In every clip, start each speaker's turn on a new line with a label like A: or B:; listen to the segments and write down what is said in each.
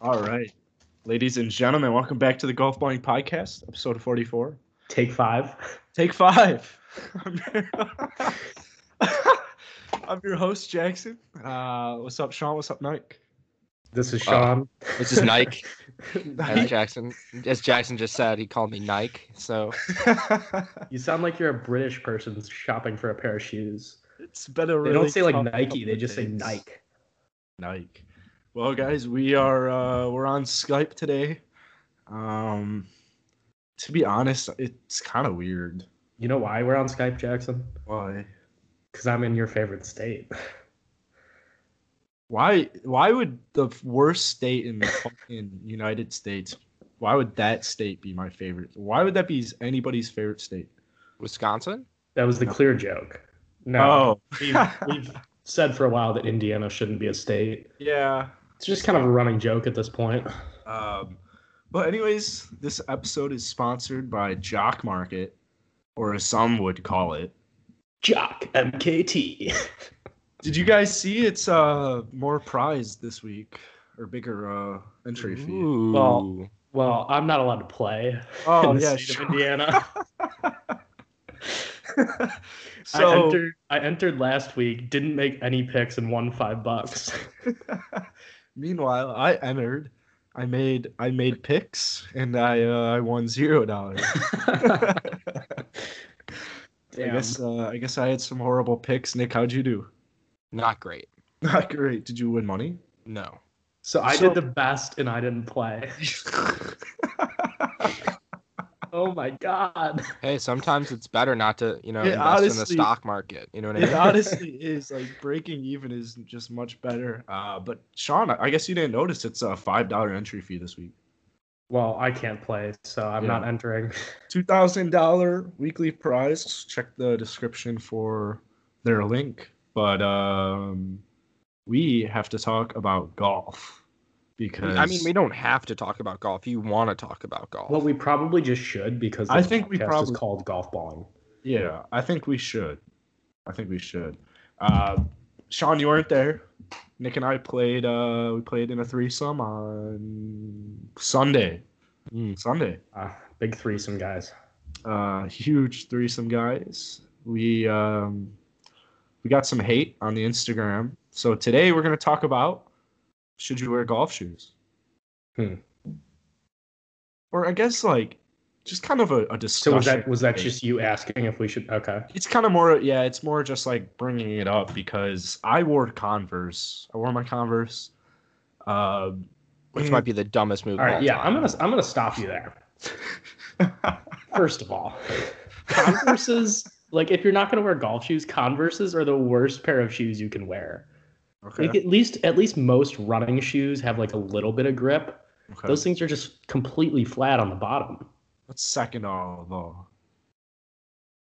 A: All right. Ladies and gentlemen, welcome back to the Golf Balling Podcast, episode 44.
B: Take five.
A: Take five. I'm your, I'm your host, Jackson. Uh, what's up, Sean? What's up, Nike?
B: This is Sean.
C: This is Nike. As
A: Nike?
C: Jackson, as Jackson just said, he called me Nike. So
B: you sound like you're a British person shopping for a pair of shoes.
A: it's been a
B: They
A: really
B: don't say like
A: tough
B: Nike, they
A: couple
B: just say
A: days.
B: Nike.
A: Nike. Well, guys, we are uh, we're on Skype today. Um, to be honest, it's kind of weird.
B: You know why we're on Skype, Jackson?
A: Why?
B: Because I'm in your favorite state.
A: Why? Why would the worst state in the fucking United States? Why would that state be my favorite? Why would that be anybody's favorite state?
C: Wisconsin.
B: That was the clear joke. No, we've,
A: Oh,
B: we've said for a while that Indiana shouldn't be a state.
A: yeah.
B: It's just kind of a running joke at this point.
A: Um, but anyways, this episode is sponsored by Jock Market, or as some would call it.
B: Jock MKT.
A: Did you guys see it's uh more prized this week or bigger uh entry fee?
C: Ooh.
B: Well- Well, I'm not allowed to play
A: Oh
B: in the
A: yeah,
B: state
A: sure.
B: of Indiana. I,
A: so
B: entered, I entered last week, didn't make any picks, and won five bucks.
A: meanwhile, I entered. I made I made picks and I uh, I won zero dollars. I
B: Damn.
A: guess uh, I guess I had some horrible picks. Nick, how'd you do?
C: not great.
A: Not great. Did you win money?
C: No.
B: So I
A: So-
B: did the best, and I didn't play. Oh my god.
C: Hey, sometimes it's better not to, you know,
A: Yeah,
C: invest in the
A: honestly-
C: stock market. You know what I mean?
A: It honestly is like breaking even is just much better. Uh, but Sean, I I guess you didn't notice it's a five dollar entry fee this week.
B: Well, I can't play, so I'm
A: Yeah.
B: not entering.
A: two thousand dollar weekly prize. Check the description for their link. But um, we have to talk about golf because
C: I mean, we don't have to talk about golf. You want to talk about golf?
B: Well, we probably just should because
A: I think we
B: podcast
A: probably-
B: is called golf balling.
A: yeah, I think we should. I think we should. Uh, Sean, you weren't there. Nick and I played. Uh, we played in a threesome on Sunday.
C: Mm.
A: Sunday.
B: Uh, big threesome guys.
A: uh, huge threesome guys. We um, we got some hate on the Instagram. So today we're gonna talk about should you wear golf shoes?
B: Hmm.
A: Or I guess like just kind of a, a discussion.
B: So was that was that just you asking if we should? Okay.
A: It's kind of more yeah. It's more just like bringing it up because I wore Converse. I wore my Converse. Uh,
C: Which might be the dumbest move.
B: All
C: of
B: right.
C: mm. all
B: Yeah, I'm
C: time.
B: gonna I'm gonna stop you there. First of all, Converse's like if you're not gonna wear golf shoes, Converse's are the worst pair of shoes you can wear.
A: okay.
B: Like at least at least most running shoes have like a little bit of grip.
A: okay.
B: Those things are just completely flat on the bottom.
A: That's second all though.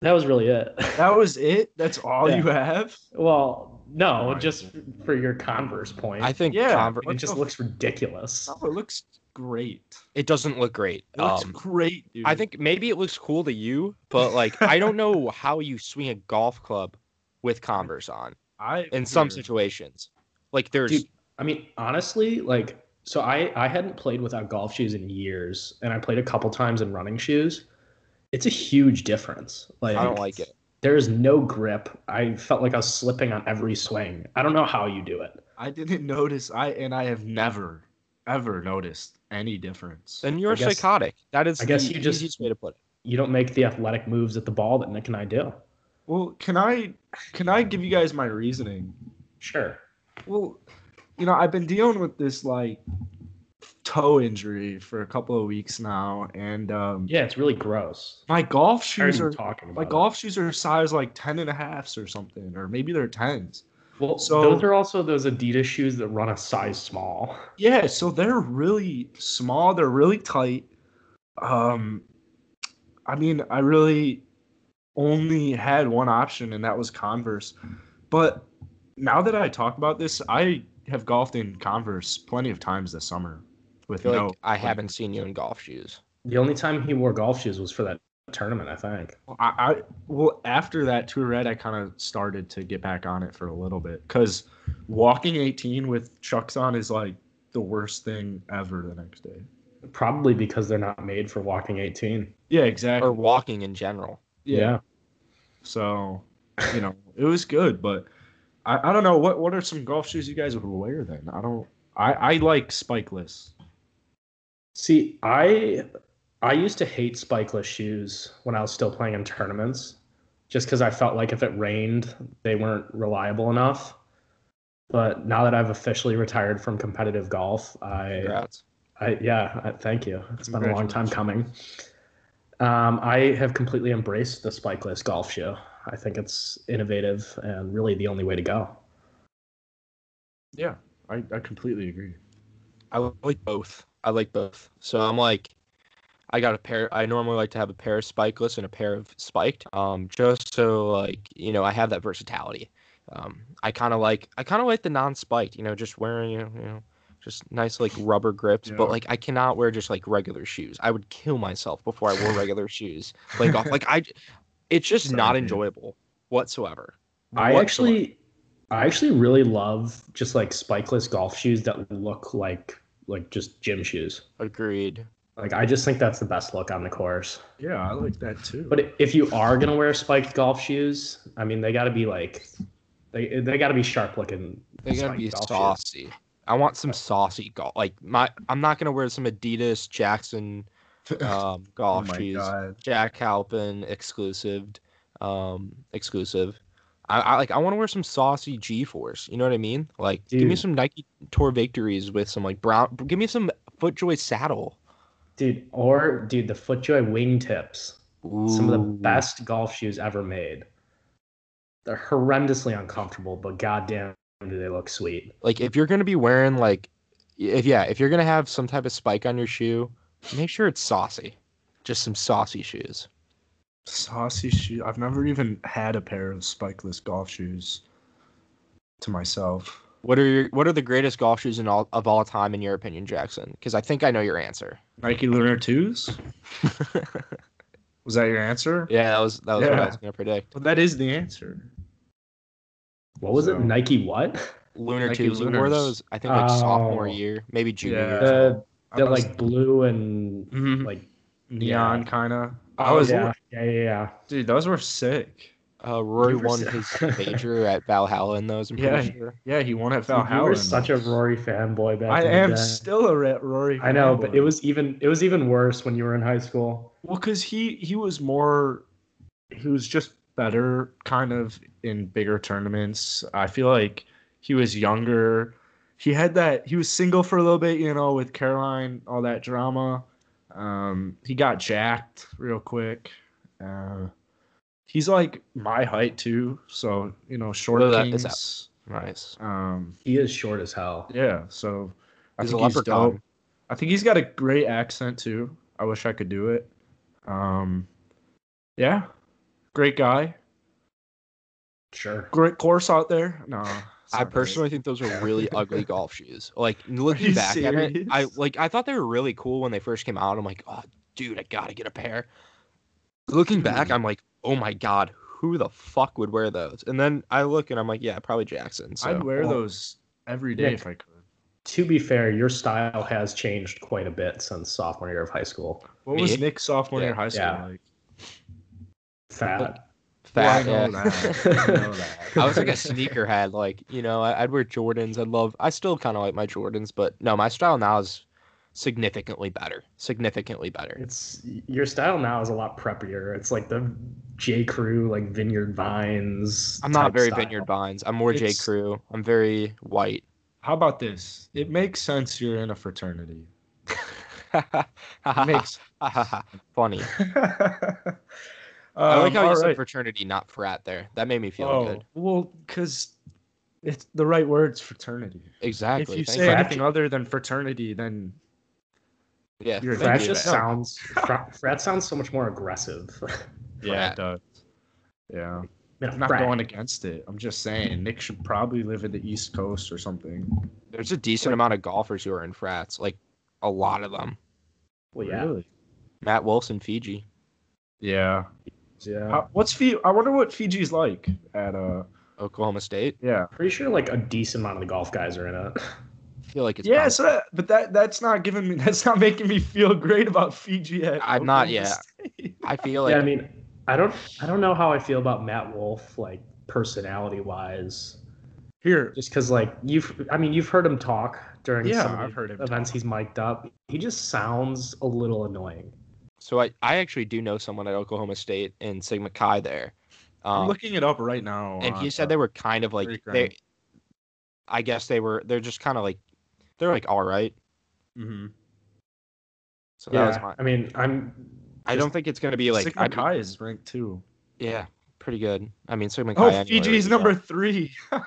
B: That was really it.
A: That was it. That's all
B: Yeah.
A: you have.
B: well, no,
A: Alright.
B: just for your Converse point.
C: I think
A: Yeah.
C: Conver-
B: it
A: What
B: just
A: the-
B: looks ridiculous.
A: Oh, it looks great.
C: it doesn't look great.
A: It looks
C: Um,
A: great, dude.
C: I think maybe it looks cool to you, but like I don't know how you swing a golf club with Converse on
A: I
C: in some
A: situation.
C: situations. Like there's
B: Dude, I mean, honestly, like, so I I hadn't played without golf shoes in years, and I played a couple times in running shoes. It's a huge difference. Like,
C: I don't like it.
B: There is no grip. I felt like I was slipping on every swing. I don't know how you do it.
A: I didn't notice. I and I have never ever noticed any difference.
C: Then you're
B: I guess-
C: psychotic. That is
B: I guess
C: the
B: you just-
C: easiest way to put it.
B: You don't make the athletic moves at the ball that Nick and I do.
A: Well, can I can I give you guys my reasoning?
B: Sure.
A: Well, you know, I've been dealing with this like toe injury for a couple of weeks now, and um,
B: Yeah, it's really gross.
A: my golf
B: Tired of
A: shoes are
B: talking about
A: my
B: it.
A: golf shoes are size like ten and a halfs or something, or maybe they're tens.
B: Well,
A: So-
B: those are also those Adidas shoes that run a size small.
A: Yeah, so they're really small. They're really tight. Um, I mean, I really only had one option, and that was Converse. But now that I talk about this, I have golfed in Converse plenty of times this summer.
C: I
A: With
C: feel
A: no,
C: like I haven't seen you in golf shoes.
B: The only time he wore golf shoes was for that tournament, I think.
A: I, I well after that tour red, I kind of started to get back on it for a little bit because walking 18 with chucks on is like the worst thing ever the next day.
B: Probably because they're not made for walking 18.
A: Yeah, exactly.
C: or walking in general.
A: yeah. So, you know, it was good, but I, I don't know what what are some golf shoes you guys would wear then? I don't. I I like spikeless.
B: See, I I used to hate spikeless shoes when I was still playing in tournaments, just because I felt like if it rained, they weren't reliable enough. But now that I've officially retired from competitive golf, I
C: Congrats.
B: I, yeah, I, thank you. It's been a long time coming. Um, I have completely embraced the spikeless golf shoe. I think it's innovative and really the only way to go.
A: Yeah, I I completely agree.
C: I like both. I like both. So I'm like, I got a pair. I normally like to have a pair of spikeless and a pair of spiked, um, just so like you know I have that versatility. Um, I kind of like I kind of like the non-spiked. You know, just wearing you know, you know just nice like rubber grips. But
A: Yeah.
C: like I cannot wear just like regular shoes. I would kill myself before I wore regular shoes. Like off, like I, it's just
A: Sorry,
C: not
A: dude.
C: enjoyable whatsoever.
B: I
C: Whatsoever.
B: actually, I actually really love just like spikeless golf shoes that look like like just gym shoes.
C: agreed.
B: Like I just think that's the best look on the course.
A: Yeah, I like that too.
B: But if you are gonna wear spiked golf shoes, I mean they got to be like, they they got to be sharp looking.
C: They gotta
B: spiked
C: be
B: golf shoes.
C: saucy. I want some saucy golf. Like my, I'm not gonna wear some Adidas Jackson um,
A: oh
C: golf
A: my
C: shoes.
A: god.
C: Jack Halpin exclusive, um, exclusive. I, I like. I want to wear some saucy G-force. You know what I mean? Like, give me
B: Dude.
C: some Nike Tour victories with some like brown. Give me some FootJoy saddle.
B: Dude, or dude, the FootJoy wingtips. Some of the best golf shoes ever made. They're horrendously uncomfortable, but goddamn, do they look sweet.
C: Like, if you're gonna be wearing like, if yeah, if you're gonna have some type of spike on your shoe, make sure it's saucy. Just some saucy shoes.
A: Saucy shoe. I've never even had a pair of spikeless golf shoes to myself.
C: What are your What are the greatest golf shoes in all of all time in your opinion, Jackson? Because I think I know your answer.
A: Nike Lunar Twos. Was that your answer?
C: Yeah, that was that was what I
A: Yeah.
C: was gonna predict.
A: Well, that is the answer.
B: What was
A: So-
B: it? Nike what?
C: Lunar
A: Nike
C: twos. You wore
A: Lunars.
C: those. I think like sophomore
B: Oh.
C: year, maybe junior.
A: Yeah. Uh,
C: year.
B: The
A: I
B: the
A: was-
B: like blue and
A: Mhm.
B: like
A: neon
B: yeah.
A: kind of. I
B: oh,
A: was,
B: yeah. yeah yeah yeah.
A: dude. Those were sick.
C: Uh, Rory
B: you were
C: won
B: so-
C: his major at Valhalla in those. I'm pretty
A: Yeah.
C: sure.
A: Yeah, he won at
B: Dude, you
A: Valhalla.
B: were
A: in
B: such a
A: those.
B: Rory fanboy back.
A: I
B: in the
A: am
B: day.
A: still a Ra- Rory.
B: I know, but
A: fanboy.
B: it was even it was even worse when you were in high school.
A: well because he he was more he was just better kind of in bigger tournaments. I feel like he was younger. He had that he was single for a little bit, you know, with Caroline, all that drama. Um, he got jacked real quick. Uh, he's like my height too, so you know, short
C: Look at that, it's
A: kings.
C: Nice.
A: Um,
B: He is short as hell.
A: Yeah, so I
C: He's a
A: think he's
C: leprechaun.
A: dope. I think he's got a great accent too. I wish I could do it. Um, yeah, great guy,
B: Sure.
A: great course out there. No, it's
C: I
A: not great.
C: personally think those are really ugly golf shoes. Like looking
A: you
C: back at it, I
A: serious?
C: like I thought they were really cool when they first came out. I'm like, oh dude, I gotta get a pair. Looking
A: Mm-hmm.
C: back, I'm like, oh my god, who the fuck would wear those? And then I look and I'm like, yeah, probably Jackson. So.
A: I'd wear
B: well,
A: those every day
B: Nick.
A: if I could.
B: To be fair, your style has changed quite a bit since sophomore year of high school.
A: What
C: Me?
A: was Nick's sophomore year
C: Yeah,
A: of high school
B: yeah.
A: like?
B: Fat.
C: Fat,
A: Well, I know
C: yeah.
A: that. I know that.
C: I was like a sneakerhead, like you know, I, I'd wear Jordans. I love. I still kind of like my Jordans, but no, my style now is significantly better. Significantly better.
B: It's your style now is a lot preppier. It's like the J Crew like Vineyard Vines.
C: I'm not
B: type
C: very
B: style.
C: Vineyard Vines. I'm more J
A: It's-
C: Crew. I'm very white.
A: How about this? It makes sense you're in a fraternity. It makes.
C: Funny. I like how you said fraternity, not frat. There, that made me feel
A: Um, oh,
C: good.
A: well, because it's the right word's fraternity.
C: Exactly.
A: if you
C: Thank
A: say
B: you.
A: anything other than fraternity, then
C: yeah,
A: you're a
C: thank
B: Frat
A: you.
B: just
A: No.
B: sounds frat, frat sounds so much more aggressive.
A: yeah,
C: Yeah,
A: it
C: it
A: does. Yeah,
B: Man,
A: I'm not
B: frat.
A: going against it. I'm just saying Nick should probably live in the East Coast or something.
C: There's a decent amount of golfers who are in frats, like a lot of them.
B: Well, yeah,
A: Really?
C: Matt Wilson, Fiji.
A: Yeah.
B: yeah.
A: Uh, what's Fiji? I wonder what Fiji's like at uh.
C: Oklahoma State.
A: Yeah.
B: Pretty sure like a decent amount of the golf guys are in it.
C: feel like it's
A: yeah,
C: probably-
A: so that, but that that's not giving me that's not making me feel great about Fiji yet.
C: I'm not- yeah. I feel like
B: yeah, I mean, I don't, I don't know how I feel about Matt Wolf, like personality wise,
A: Here,
B: just because like you've, I mean, you've heard him talk during
A: Yeah,
B: some of the
A: I've heard him
B: events.
A: talk.
B: He's mic'd up. He just sounds a little annoying.
C: so. I, I actually do know someone at Oklahoma State and Sigma Chi there,
A: I'm
C: um,
A: looking it up right now.
C: and he
A: on,
C: said
A: uh,
C: they were kind of like
A: Greek
C: they.
A: Grind.
C: I guess they were. They're just kind of like they're like all right.
A: mhm.
C: So
B: yeah,
C: that was my.
B: I mean, I'm.
C: I don't think it's gonna be like
A: Sigma
C: I-
A: Chi is ranked two.
C: yeah, pretty good. I mean Sigma Chi.
A: Oh,
C: anyway
A: Fiji's
C: was-
A: number three.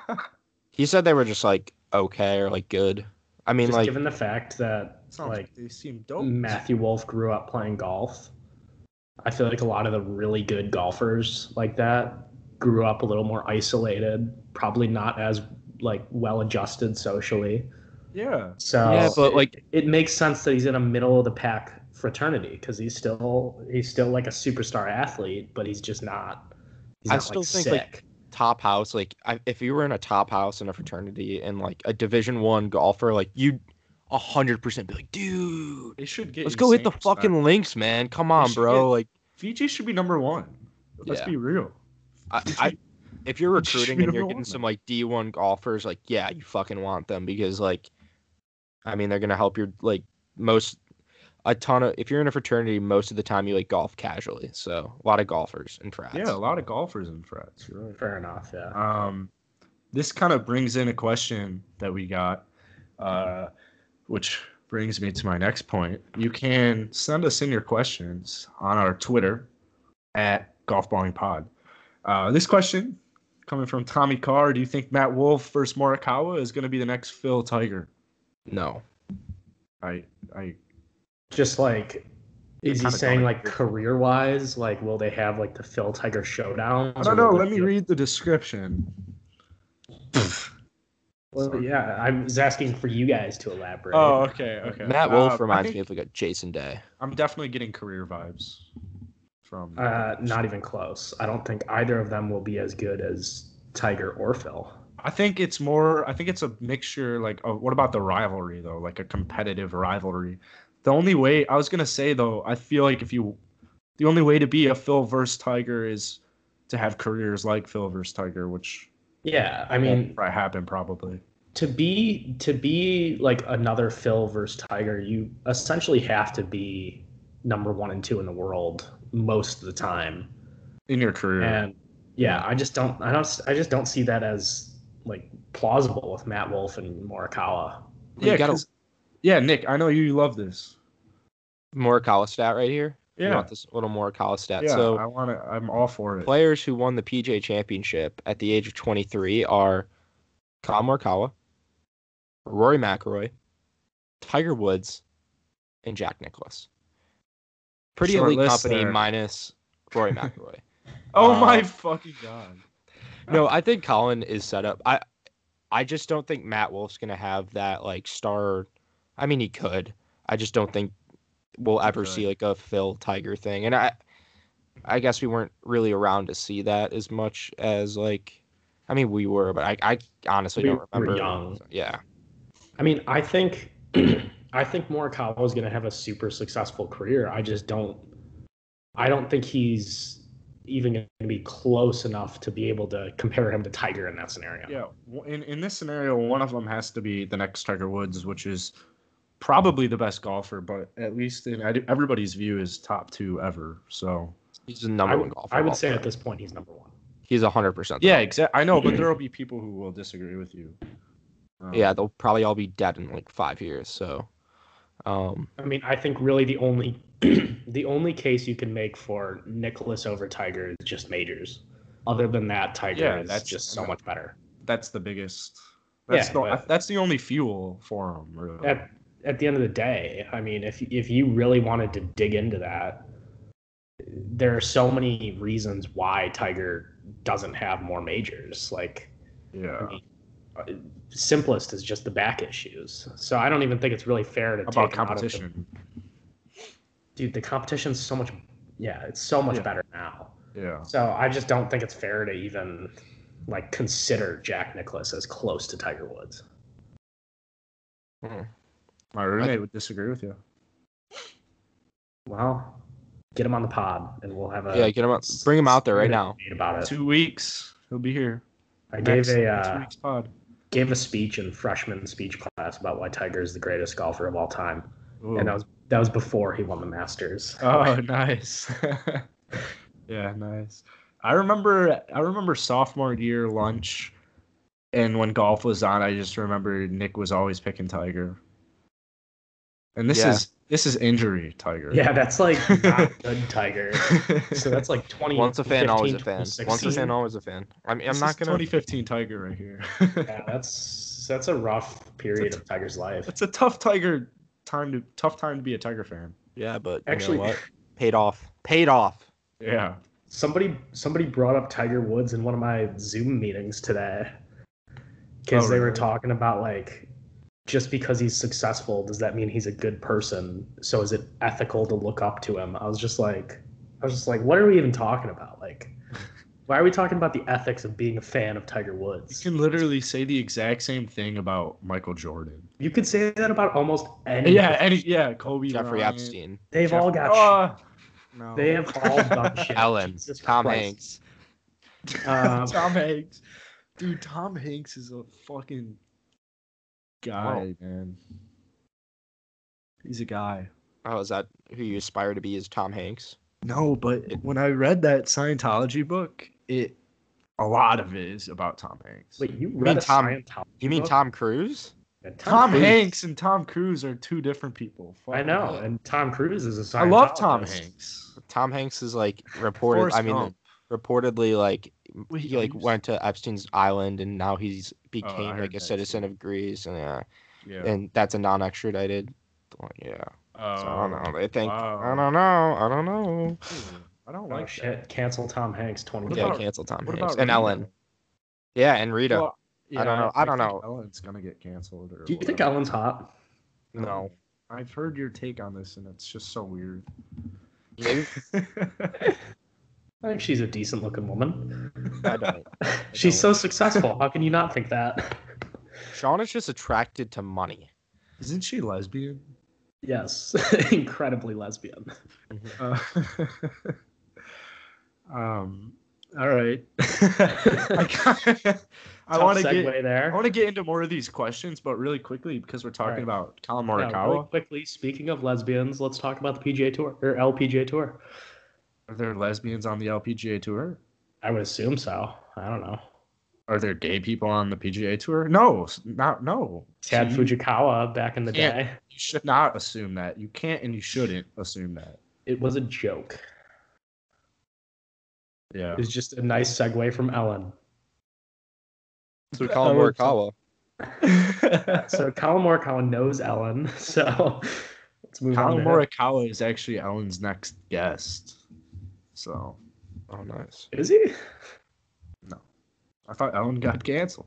C: He said they were just like okay or like good. I mean
B: just
C: like
B: given the fact that
A: Sounds
B: like
A: like they seem dope.
B: Matthew Wolf grew up playing golf. I feel like a lot of the really good golfers like that grew up a little more isolated, probably not as like well adjusted socially.
A: Yeah,
B: So
C: Yeah, but, like-
B: it, it makes sense that he's in a middle of the pack fraternity because he's still he's still like a superstar athlete, but he's just not. He's
C: I
B: not
C: still
B: like
C: think,
B: sick.
C: like, top house like I, if you were in a top house in a fraternity and like a division one golfer like you 100% be like dude
A: they should get.
C: let's
A: you
C: go hit the
A: same respect.
C: fucking links man come on
A: should
C: bro
A: get-
C: like
A: Fiji should be number one. Let's
C: Yeah.
A: be real.
C: I, I if you're
A: Fiji should
C: recruiting
A: be
C: and you're
A: number
C: getting
A: one,
C: some
A: man.
C: like d1 golfers like yeah you fucking want them because like i mean they're gonna help your like most a ton of if you're in a fraternity most of the time you like golf casually so a lot of golfers and frats
A: Yeah, a lot of golfers in frats. You're right.
B: Fair enough. Yeah.
A: Um, this kind of brings in a question that we got, uh, which brings me to my next point. You can send us in your questions on our Twitter at golfballing pod. Uh, this question coming from Tommy Carr. Do you think Matt Wolf versus Morikawa is going to be the next Phil Tiger?
C: no
A: I, I,
B: just like is he
A: kinda
B: saying
A: going
B: like career wise like will they have like the phil tiger showdown
A: I don't know. Let me read the description.
B: well, yeah i was asking for you guys to elaborate
A: Oh, okay, okay.
C: matt wolf
A: Uh, I
C: reminds
A: think
C: me of like a jason day
A: I'm definitely getting career vibes from.
B: uh, not even close i don't think either of them will be as good as tiger or phil
A: I think it's more. I think it's a mixture. Like, of, what about the rivalry though? Like a competitive rivalry. The only way I was gonna say though, I feel like if you, the only way to be a Phil versus Tiger is to have careers like Phil versus Tiger, which
B: yeah i
A: won't
B: mean
A: probably happen probably.
B: to be to be like another phil versus tiger you essentially have to be number one and two in the world most of the time
A: In your career,
B: And yeah, I just don't, I don't, I just don't see that as like plausible with Matt Wolf and Morikawa.
A: yeah,
C: you gotta-
A: 'cause- yeah, Nick, I know you love this.
C: morikawa stat right here You
A: Yeah.
C: want this little morikawa stat
A: yeah,
C: so
A: I want to. I'm all for it.
C: players who won the PJ Championship at the age of 23 are Kyle Morikawa, Rory McIlroy, Tiger Woods, and Jack Nicklaus. Pretty
A: Short
C: elite
A: list
C: company
A: there.
C: minus Rory McIlroy.
A: oh
C: uh,
A: my fucking god!
C: no, I think Colin is set up. I I just don't think Matt Wolf's gonna have that like star. I mean, he could. I just don't think we'll
A: He
C: ever
A: could.
C: see like a Phil Tiger thing. And I I guess we weren't really around to see that as much as like. I mean, we were, but I, I honestly
B: We
C: don't
B: were
C: remember.
B: young.
C: Yeah,
B: I mean, I think, I think Morikawa is going to have a super successful career. I just don't, I don't think he's even going to be close enough to be able to compare him to Tiger in that scenario.
A: Yeah, w- in in this scenario, one of them has to be the next Tiger Woods, which is probably the best golfer, but at least in ed- everybody's view is top two ever. So
C: he's the
B: I
C: number one
B: would,
C: golfer.
B: I
C: of
B: would
C: all
B: say at
C: time.
B: this point he's number one.
C: he's hundred percent.
A: yeah, exactly. I know, but there will be people who will disagree with you. Um,
C: yeah, they'll probably all be dead in like five years. So, um,
B: I mean, I think really the only, the only case you can make for Nicholas over Tiger is just majors. Other than that, Tiger
A: Yeah,
B: is
A: that's-
B: just so much better.
A: that's the biggest. That's
B: Yeah,
A: the
B: but-
A: that's the only fuel for him. Really.
B: at at the end of the day, I mean, if if you really wanted to dig into that, there are so many reasons why Tiger doesn't have more majors. Like
A: yeah.
B: simplest is just the back issues. So I don't even think it's really fair to
A: About
B: take him out of the-
A: competition.
B: dude, the competition's so much. Yeah, it's so much
A: Yeah.
B: better now.
A: Yeah.
B: So I just don't think it's fair to even like consider Jack Nicklaus as close to Tiger Woods.
C: Mm.
A: My roommate would disagree with you.
B: Well, get him on the pod, and we'll have a
C: yeah, get him out. Bring him out there right now.
B: debate about it.
A: Two weeks, he'll be here.
B: I gave
A: Next-
B: a
A: next
B: uh,
A: week's pod.
B: gave a speech in freshman speech class about why Tiger is the greatest golfer of all time, and that
A: Ooh.
B: was that was before he won the Masters.
A: Oh, nice. yeah, nice. I remember I remember sophomore year lunch and when golf was on, I just remember Nick was always picking Tiger. And this
C: Yeah.
A: is this is injury Tiger.
B: yeah, that's like not good Tiger. So that's like twenty.
C: Once a fan,
B: 15,
C: always a fan. Once a
B: 16.
C: fan, always a fan. I mean, I'm
A: This
C: not
A: is
C: gonna.
A: 2015 Tiger right here.
B: Yeah, that's that's a rough period of Tiger's life.
A: it's a tough Tiger time to tough time to be a Tiger fan.
C: Yeah, but
B: Actually-
C: actually, what? Paid off. Paid off.
A: Yeah.
B: Somebody somebody brought up Tiger Woods in one of my Zoom meetings today because
A: Oh,
B: they were
A: really?
B: talking about like just because he's successful does that mean he's a good person? So is it ethical to look up to him? I was just like I was just like what are we even talking about? Like why are we talking about the ethics of being a fan of Tiger
A: You
B: Woods?
A: can literally say the exact same thing about Michael Jordan.
B: You could say that about almost any.
A: Yeah, any yeah, Kobe
C: Jeffrey
A: Bryant.
C: Epstein.
B: they've all got. shit.
A: Oh, no.
B: They have all done shit.
C: Ellen.
B: Jesus
C: Tom
B: Christ.
C: Hanks.
B: Um,
A: Tom Hanks. Dude, Tom Hanks is a fucking guy, man. He's a guy.
C: Oh, is that who you aspire to be? Is Tom Hanks?
A: No, but when I read that Scientology book, it a lot of it is about Tom Hanks.
B: Wait, you
C: mean
B: read a
C: Tom-
B: Scientology
C: You mean
B: book?
C: Tom Cruise?
B: Yeah,
A: Tom,
B: Cruise.
A: Hanks and Tom Cruise are two different people. Fuck.
B: I know, and Tom Cruise is a
A: I love Tom
B: Scientologist.
A: Hanks.
C: Tom Hanks is like reported. I
A: Forrest
C: mean,
A: Gump.
C: reportedly like
A: Wait,
C: he like
A: you-
C: went to Epstein's island and now he's became
A: Oh, heard
C: like a
A: that,
C: citizen of Greece and yeah,
A: Yeah. Oh.
C: and that's a non-extradited. one, Yeah, so I don't know. They think
A: wow.
C: I don't know. I don't know.
A: Hmm. I don't
B: Oh
A: like that.
B: shit! Cancel Tom Hanks. Twenty.
A: What
C: yeah,
A: about-
C: cancel Tom
A: what
C: Hanks
A: about
C: and
A: Rita?
C: Ellen. Yeah, and Rita.
A: Well,
C: I don't know. I don't
A: think
C: know.
A: Ellen's gonna get canceled. Or
B: Do you think
A: whatever.
B: Ellen's hot?
C: no,
A: I've heard your take on this, and it's just so weird.
C: maybe
B: I think she's a decent-looking woman.
C: I don't.
B: She's so successful. How can you not think that?
C: Sean is just attracted to money.
A: Isn't she lesbian?
B: Yes, incredibly lesbian.
A: Uh, um. All right. I, kinda- I
B: Tough
A: want to
B: segue
A: get I
B: there.
A: want to get into more of these questions, but really quickly because we're talking about Colin
B: Yeah, really
A: Morikawa.
B: quickly, speaking of lesbians, let's talk about the PGA Tour or LPGA Tour.
A: Are there lesbians on the LPGA tour?
B: I would assume so. I don't know.
A: Are there gay people on the PGA tour? No, s- not no.
B: Tad
A: So you,
B: Fujikawa back in the
A: Yeah.
B: day.
A: you should not assume that. You can't and you shouldn't assume that.
B: It was a joke.
A: Yeah.
B: It was just a nice segue from Ellen.
C: So we
A: call
C: call
A: him
C: him
A: Morikawa.
C: Morikawa.
B: So Colin Morikawa knows Ellen. So let's move on.
A: Colin
B: to-
A: Morikawa is actually Ellen's next guest. So
C: Oh, nice.
B: Is he
A: I thought Ellen got canceled.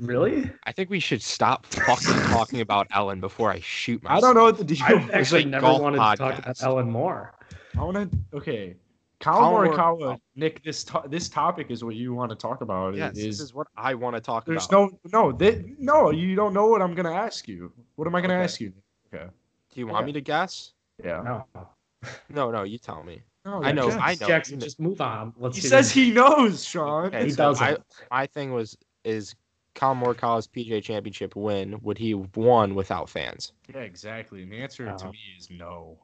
B: really?
C: I think we should stop fucking talking about Ellen before I shoot
A: I
C: myself.
A: don't know what the deal.
B: I've
A: I,
B: actually
C: like
B: never
C: golf
B: wanted to talk about
C: podcasts.
B: Ellen more.
A: want to. Okay, Colin
C: Colin
A: Morikawa,
C: Morikawa.
A: Nick. This to- this topic is what you want to talk about.
C: Yes,
A: is,
C: this is what I want to talk
A: there's
C: about.
A: no no thi- no. You don't know what I'm gonna ask you. What am I gonna
C: Okay.
A: ask you?
C: Do you want
B: Okay.
C: me to guess?
A: Yeah.
B: No.
C: No, no, you tell me.
A: No,
C: I know,
A: yes.
C: I know.
B: Jackson, just move on. Let's
A: He
B: hear-
A: says he knows, Sean.
C: Okay,
B: He
C: so
B: doesn't.
C: I- My thing was is Colin Morikawa's PGA Championship win would he have won without fans?
A: Yeah, exactly. And the answer to
B: Oh.
A: me is no.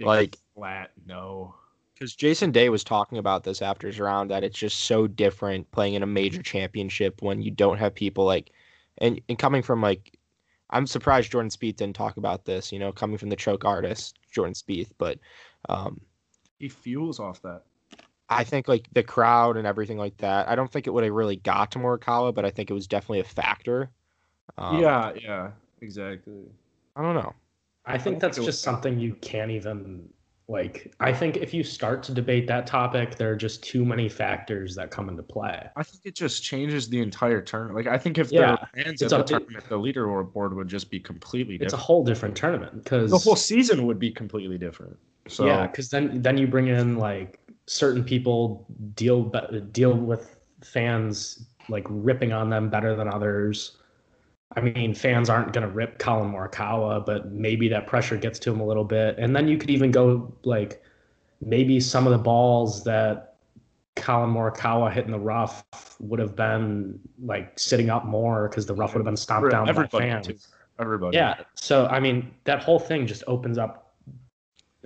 C: Like-
A: flat no.
C: Because Jason Day was talking about this after his round that it's just so different playing in a major championship when you don't have people like, and and coming from like, I'm surprised Jordan Spieth didn't talk about this. You know, coming from the choke artist Jordan Spieth, but um,
A: He fuels off that.
C: I think like the crowd and everything like that. I don't think it would have really got to Morikawa, but I think it was definitely a factor. Um,
A: yeah, yeah, exactly.
C: I don't know.
B: I think
A: don't
B: that's
A: think it
B: just
A: was-
B: something you can't even like. I think if you start to debate that topic, there are just too many factors that come into play.
A: I think it just changes the entire turn. Like I think if
B: Yeah,
A: there were fans at
B: it's
A: the
B: a-
A: tournament, the leaderboard would just be completely
B: It's a
A: different.
B: whole different tournament because
A: the whole season would be completely different. So
B: Yeah, because then then you bring in like certain people deal be- deal with fans like ripping on them better than others. I mean, fans aren't going to rip Colin Morikawa, but maybe that pressure gets to him a little bit. And then you could even go like maybe some of the balls that Colin Morikawa hit in the rough would have been like sitting up more because the rough would have been stomped
A: For
B: down
A: everybody,
B: by fans.
A: too. Everybody.
B: Yeah. So I mean, that whole thing just opens up.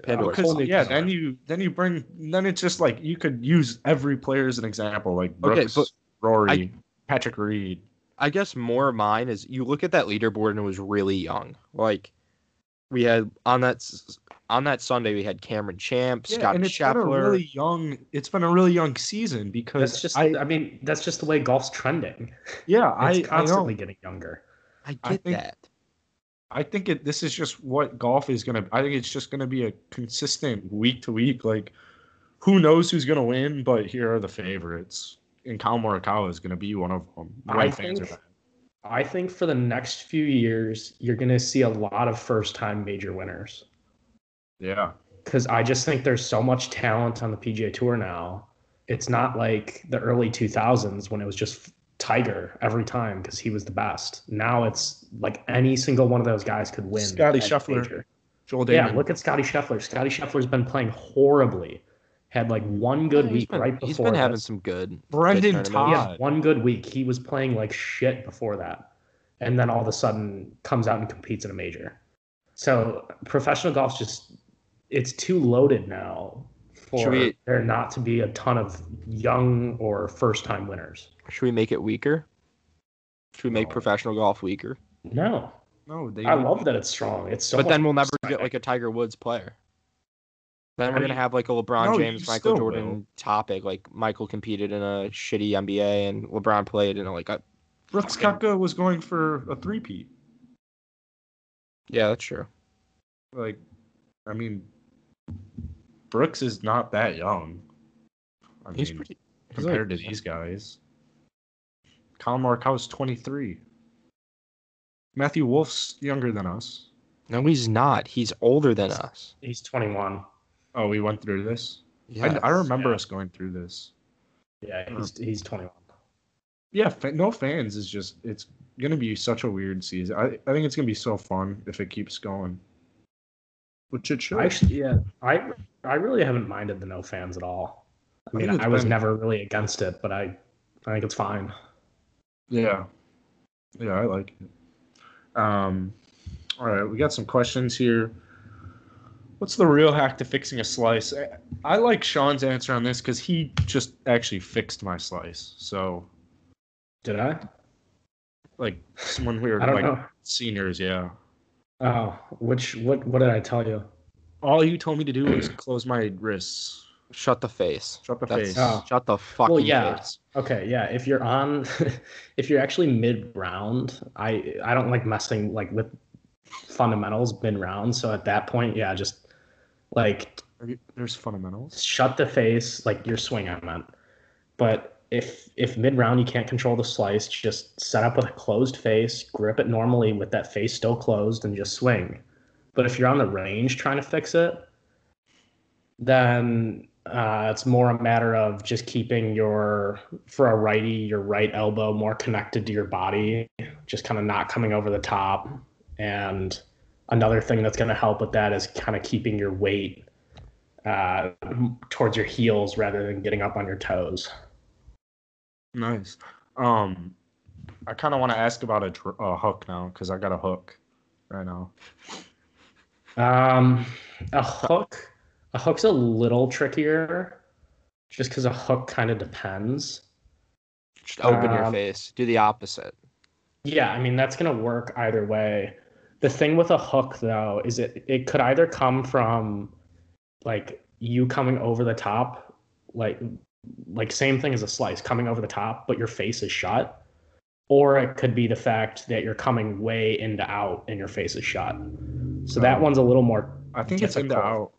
C: Pandora's
A: Because,
B: Totally
A: Uh, yeah,
B: different.
A: then you then you bring then it's just like you could use every player as an example, like
C: Okay,
A: Brooks,
C: but
A: Rory, Patrick Reed.
C: I guess more of mine is you look at that leaderboard and it was really young. Like we had on that s- on that Sunday we had Cameron Champ, Scott
A: and it's been a
C: Scheffler.
A: really young. It's been a really young season because
B: That's just.
A: I,
B: I, mean, that's just the way golf's trending.
A: yeah,
B: It's
A: I
B: constantly
A: I, know.
B: getting younger.
C: I get
A: I think-
C: that.
A: I think it. This is just what golf is gonna. I think it's just gonna be a consistent week to week. Like, who knows who's gonna win? But here are the favorites, and Kyle Morikawa is gonna be one of them.
B: I
A: My fans
B: think-
A: are bad.
B: I think for the next few years, you're going to see a lot of first-time major winners.
A: Yeah,
B: because I just think there's so much talent on the PGA Tour now. It's not like the early 2000s when it was just Tiger every time because he was the best. Now it's like any single one of those guys could win.
A: Scotty
B: at
A: Scheffler.
B: major.
A: Joel
B: Yeah,
A: Damon.
B: look at Scotty Scheffler. Scotty Scheffler's been playing horribly. Had like one good
C: He's
B: week
C: been-
B: right before.
C: He's been having
B: this.
C: some good.
A: Brendan
C: good tournaments.
A: Todd.
B: He
A: odd.
B: had one good week. He was playing like shit before that, and then all of a sudden comes out and competes in a major. So professional golf's just it's too loaded now for
C: Should we-
B: there not to be a ton of young or first time winners.
C: Should we make it weaker? Should we make
A: No.
C: professional golf weaker?
B: No,
A: no, they.
B: I love that it's strong. It's so.
C: but then
B: much
C: we'll never
B: exciting.
C: get like a Tiger Woods player. Then we're
B: I
C: gonna
B: mean-
C: have like a LeBron
A: No, you
C: James, Michael
A: still
C: Jordan topic. Like Michael competed in a shitty NBA and LeBron played in a like a,
A: Brooks
C: fucking-
A: Koepka was going for a three-peat.
C: yeah, that's true.
A: Like, I mean, Brooks is not that young. I
C: He's
A: mean,
C: pretty. he's like-
A: compared to these guys, Colin Morikawa's 23. Matthew Wolf's younger than us.
C: No, he's not. He's older than us.
B: He's 21.
A: Oh, we went through this. I-
C: Yeah.
A: I, remember
B: yeah.
A: us going through this.
B: Yeah,
C: Hmm.
B: he's he's 21.
A: Yeah, fa- no fans is just it's gonna be such a weird season. I, I think it's gonna be so fun if it keeps going, which it should.
B: I actually, yeah, I I really haven't minded the no fans at all. I
A: I
B: mean,
A: think it's
B: I was
A: been-
B: never really against it, but I I think it's fine.
A: Yeah. Yeah, I like it. Um, all right, we got some questions here. What's the real hack to fixing a slice? I, I like Sean's answer on this because he just actually fixed my slice. So,
B: Did I?
A: like, when we were
B: I don't
A: like
B: know.
A: seniors, yeah.
B: Oh, which what what did I tell you?
A: All you told me to do was close my wrists,
C: Shut the face.
A: shut the
C: That's-
A: face.
B: Oh.
C: Shut the fucking
B: yeah.
C: face.
B: Okay, yeah. If you're on, if you're actually mid round, I I don't like messing like with fundamentals mid round. So at that point, yeah, just like
A: Are you- There's fundamentals.
B: shut the face, like your swing. I meant. But if if mid round you can't control the slice, just set up with a closed face, grip it normally with that face still closed, and just swing. But if you're on the range trying to fix it, then uh, it's more a matter of just keeping your for a righty your right elbow more connected to your body just kind of not coming over the top and another thing that's going to help with that is kind of keeping your weight uh, towards your heels rather than getting up on your toes
A: Nice. Um, I kind of want to ask about a, dr- a hook now because I got a hook right now.
B: um, a hook a hook's a little trickier just because a hook kind of depends
C: Just open your
B: Um,
C: face. Do the opposite.
B: Yeah, I mean that's gonna work either way. The thing with a hook though is it it could either come from like you coming over the top, like like same thing as a slice, coming over the top, but your face is shut. Or it could be the fact that you're coming way into out and your face is shut. So that
A: Oh.
B: one's a little more
A: I think it's in the
B: Difficult.
A: out.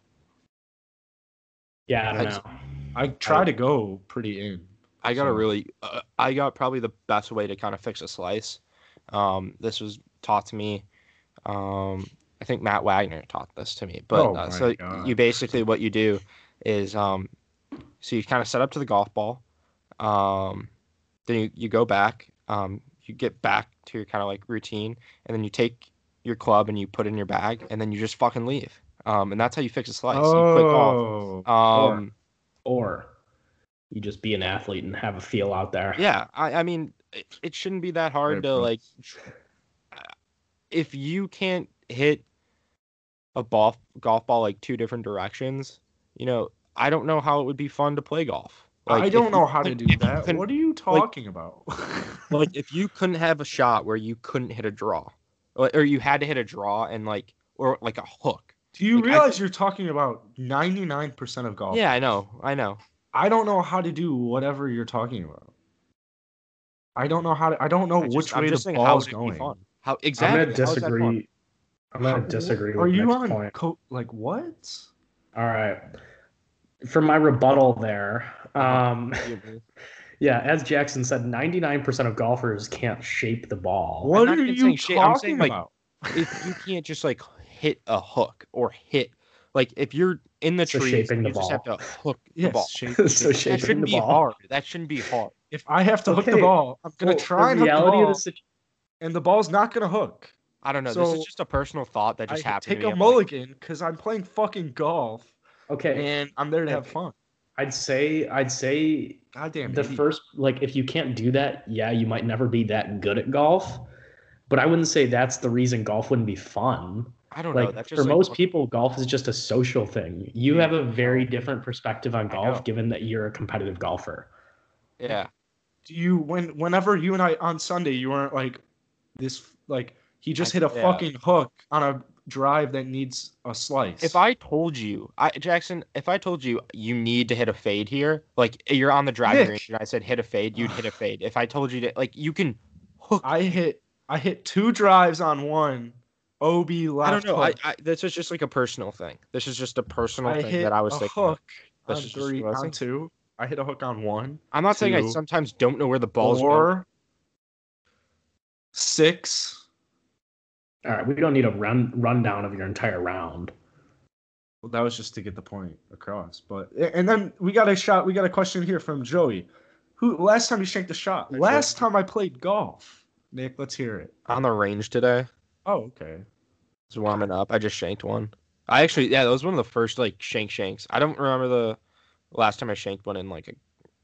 B: yeah, I don't
C: That's-
B: know.
C: Oh.
A: I try to go pretty in.
C: I got a
A: so-
C: really. Uh, I got probably the best way to kind of fix a slice. Um, this was taught to me. Um, I think Matt Wagner taught this to me. But
A: Oh
C: uh,
A: my
C: so
A: God.
C: you basically what you do is um, so you kind of set up to the golf ball. Um, then you, you go back. Um, you get back to your kind of like routine, and then you take your club and you put it in your bag, and then you just fucking leave. Um, and that's how you fix a slice. You quick off.
A: Oh,
C: Um,
B: or you just be an athlete and have a feel out there.
C: yeah, I, I mean, it, it shouldn't be that hard
A: Great
C: to
A: point.
C: like. If you can't hit a ball, golf ball like two different directions, you know, I don't know how it would be fun to play golf. Like,
A: I
C: if
A: don't
C: you
A: know how to
C: couldn't-
A: do
C: if you
A: that.
C: couldn't-
A: What are you talking about?
C: like if you couldn't have a shot where you couldn't hit a draw, or, or you had to hit a draw and like or like a hook.
A: do you
C: like, I-
A: realize you're talking about 99% of golf?
C: Yeah, I know, I know.
A: I don't know how to do whatever you're talking about. I don't know how to. I don't know
C: I
A: Oh, which
C: just- I'm
A: way
C: just
A: the
C: saying, how
A: ball is
C: would it
A: going.
C: be fun? How
B: I'm
C: exactly?
B: gonna
C: how is that fun?
B: disagree. I'm gonna
A: How-
B: disagree.
A: Are
B: with
A: you
B: Nick's
A: on
B: point.
A: co- like what?
B: All right. For my rebuttal there,
A: Uh-huh.
B: um, yeah, as Jackson said, 99% of golfers can't shape the ball.
A: What
C: not
A: are
C: even
A: you
C: saying shit, I'm
A: talking
C: saying, like,
A: about?
C: if you can't just like hit a hook or hit like if you're in the
B: So
C: trees,
B: shaping the
C: you just have to hook the
A: Yes,
C: ball.
A: shape.
B: so
C: That
B: shaping
C: shouldn't
B: the
C: be
B: ball.
C: hard. That shouldn't be hard.
A: If I have to hook
B: Okay,
A: the ball, I'm gonna
B: Well,
A: try and hook the
B: reality
A: ball,
B: of the situation.
A: and the ball's not gonna hook.
C: I don't know. this
A: So,
C: is just a personal thought that just
A: I
C: happened.
A: take
C: to me.
A: a
C: I'm like,
A: mulligan because I'm playing fucking golf
B: Okay,
A: and I'm there to have
B: Okay.
A: fun.
B: I'd say I'd say
A: Goddamn.
B: the
A: idiot.
B: first like if you can't do that, yeah, you might never be that good at golf. But I wouldn't say that's the reason golf wouldn't be fun.
C: I don't know.
B: like
C: That's just
B: for
C: like,
B: most
C: what-
B: people golf is just a social thing you
C: Yeah.
B: have a very different perspective on
C: know.
B: golf given that you're a competitive golfer
C: Yeah.
A: Do you when whenever you and I on Sunday you weren't like this like he just
C: I-
A: hit a
C: yeah.
A: fucking hook on a drive that needs a slice.
C: If I told you, I Jackson, if I told you you need to hit a fade here, like you're on the driving
A: Nick.
C: range, and I said hit a fade, you'd hit a fade. If I told you to, like, you can hook.
A: I hit I hit two drives on one OB left.
C: I don't know. I,
A: hook.
C: I this is just like a personal thing. This is just a personal
A: I
C: thing
A: hit
C: that I was
A: a
C: thinking. of.
A: hook
C: That's
A: on
C: just- just
A: three
C: what I was
A: on
C: thinking.
A: two. I hit a hook on one.
C: I'm not saying I
A: Two.
C: sometimes don't know where the balls go.
A: Four. Six.
B: all right we don't need a run rundown of your entire round
A: Well, that was just to get the point across. But and then we got a shot. We got a question here from Joey. Who last time you shanked a shot?
C: Hi,
A: last
C: Joey.
A: time I played golf. Nick, let's hear it.
C: on the range today.
A: Oh, okay.
C: It's warming up. I just shanked one. I actually, yeah, that was one of the first like shank shanks. I don't remember the last time I shanked one in like a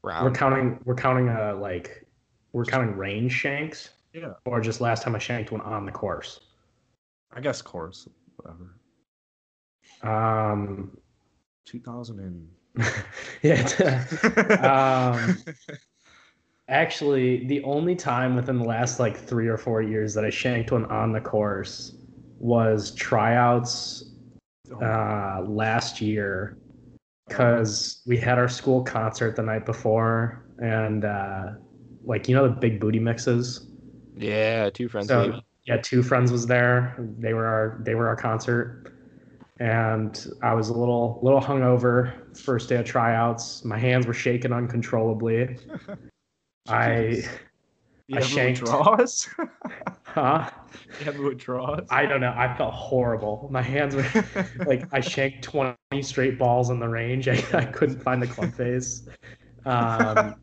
B: we're
C: round.
B: counting we're counting uh like we're counting range shanks
A: Yeah.
B: or just last time i shanked one on the course
A: I guess course, whatever.
B: um
A: Two thousand and. Oh,
B: yeah it's- uh, um, actually, the only time within the last like three or four years that I shanked one on the course was tryouts uh, last year because we had our school concert the night before and uh, like you know the big booty mixes.
C: Yeah, two friends.
B: So-
C: leave.
B: Yeah, two friends was there. They were our they were our concert, and I was a little little hungover first day of tryouts. My hands were shaking uncontrollably. I
A: You
B: I
A: have
B: shanked.
A: Draws.
B: huh?
A: you have withdrawals.
B: I don't know. I felt horrible. My hands were like I shanked twenty straight balls on the range. I, I couldn't find the club face. Um,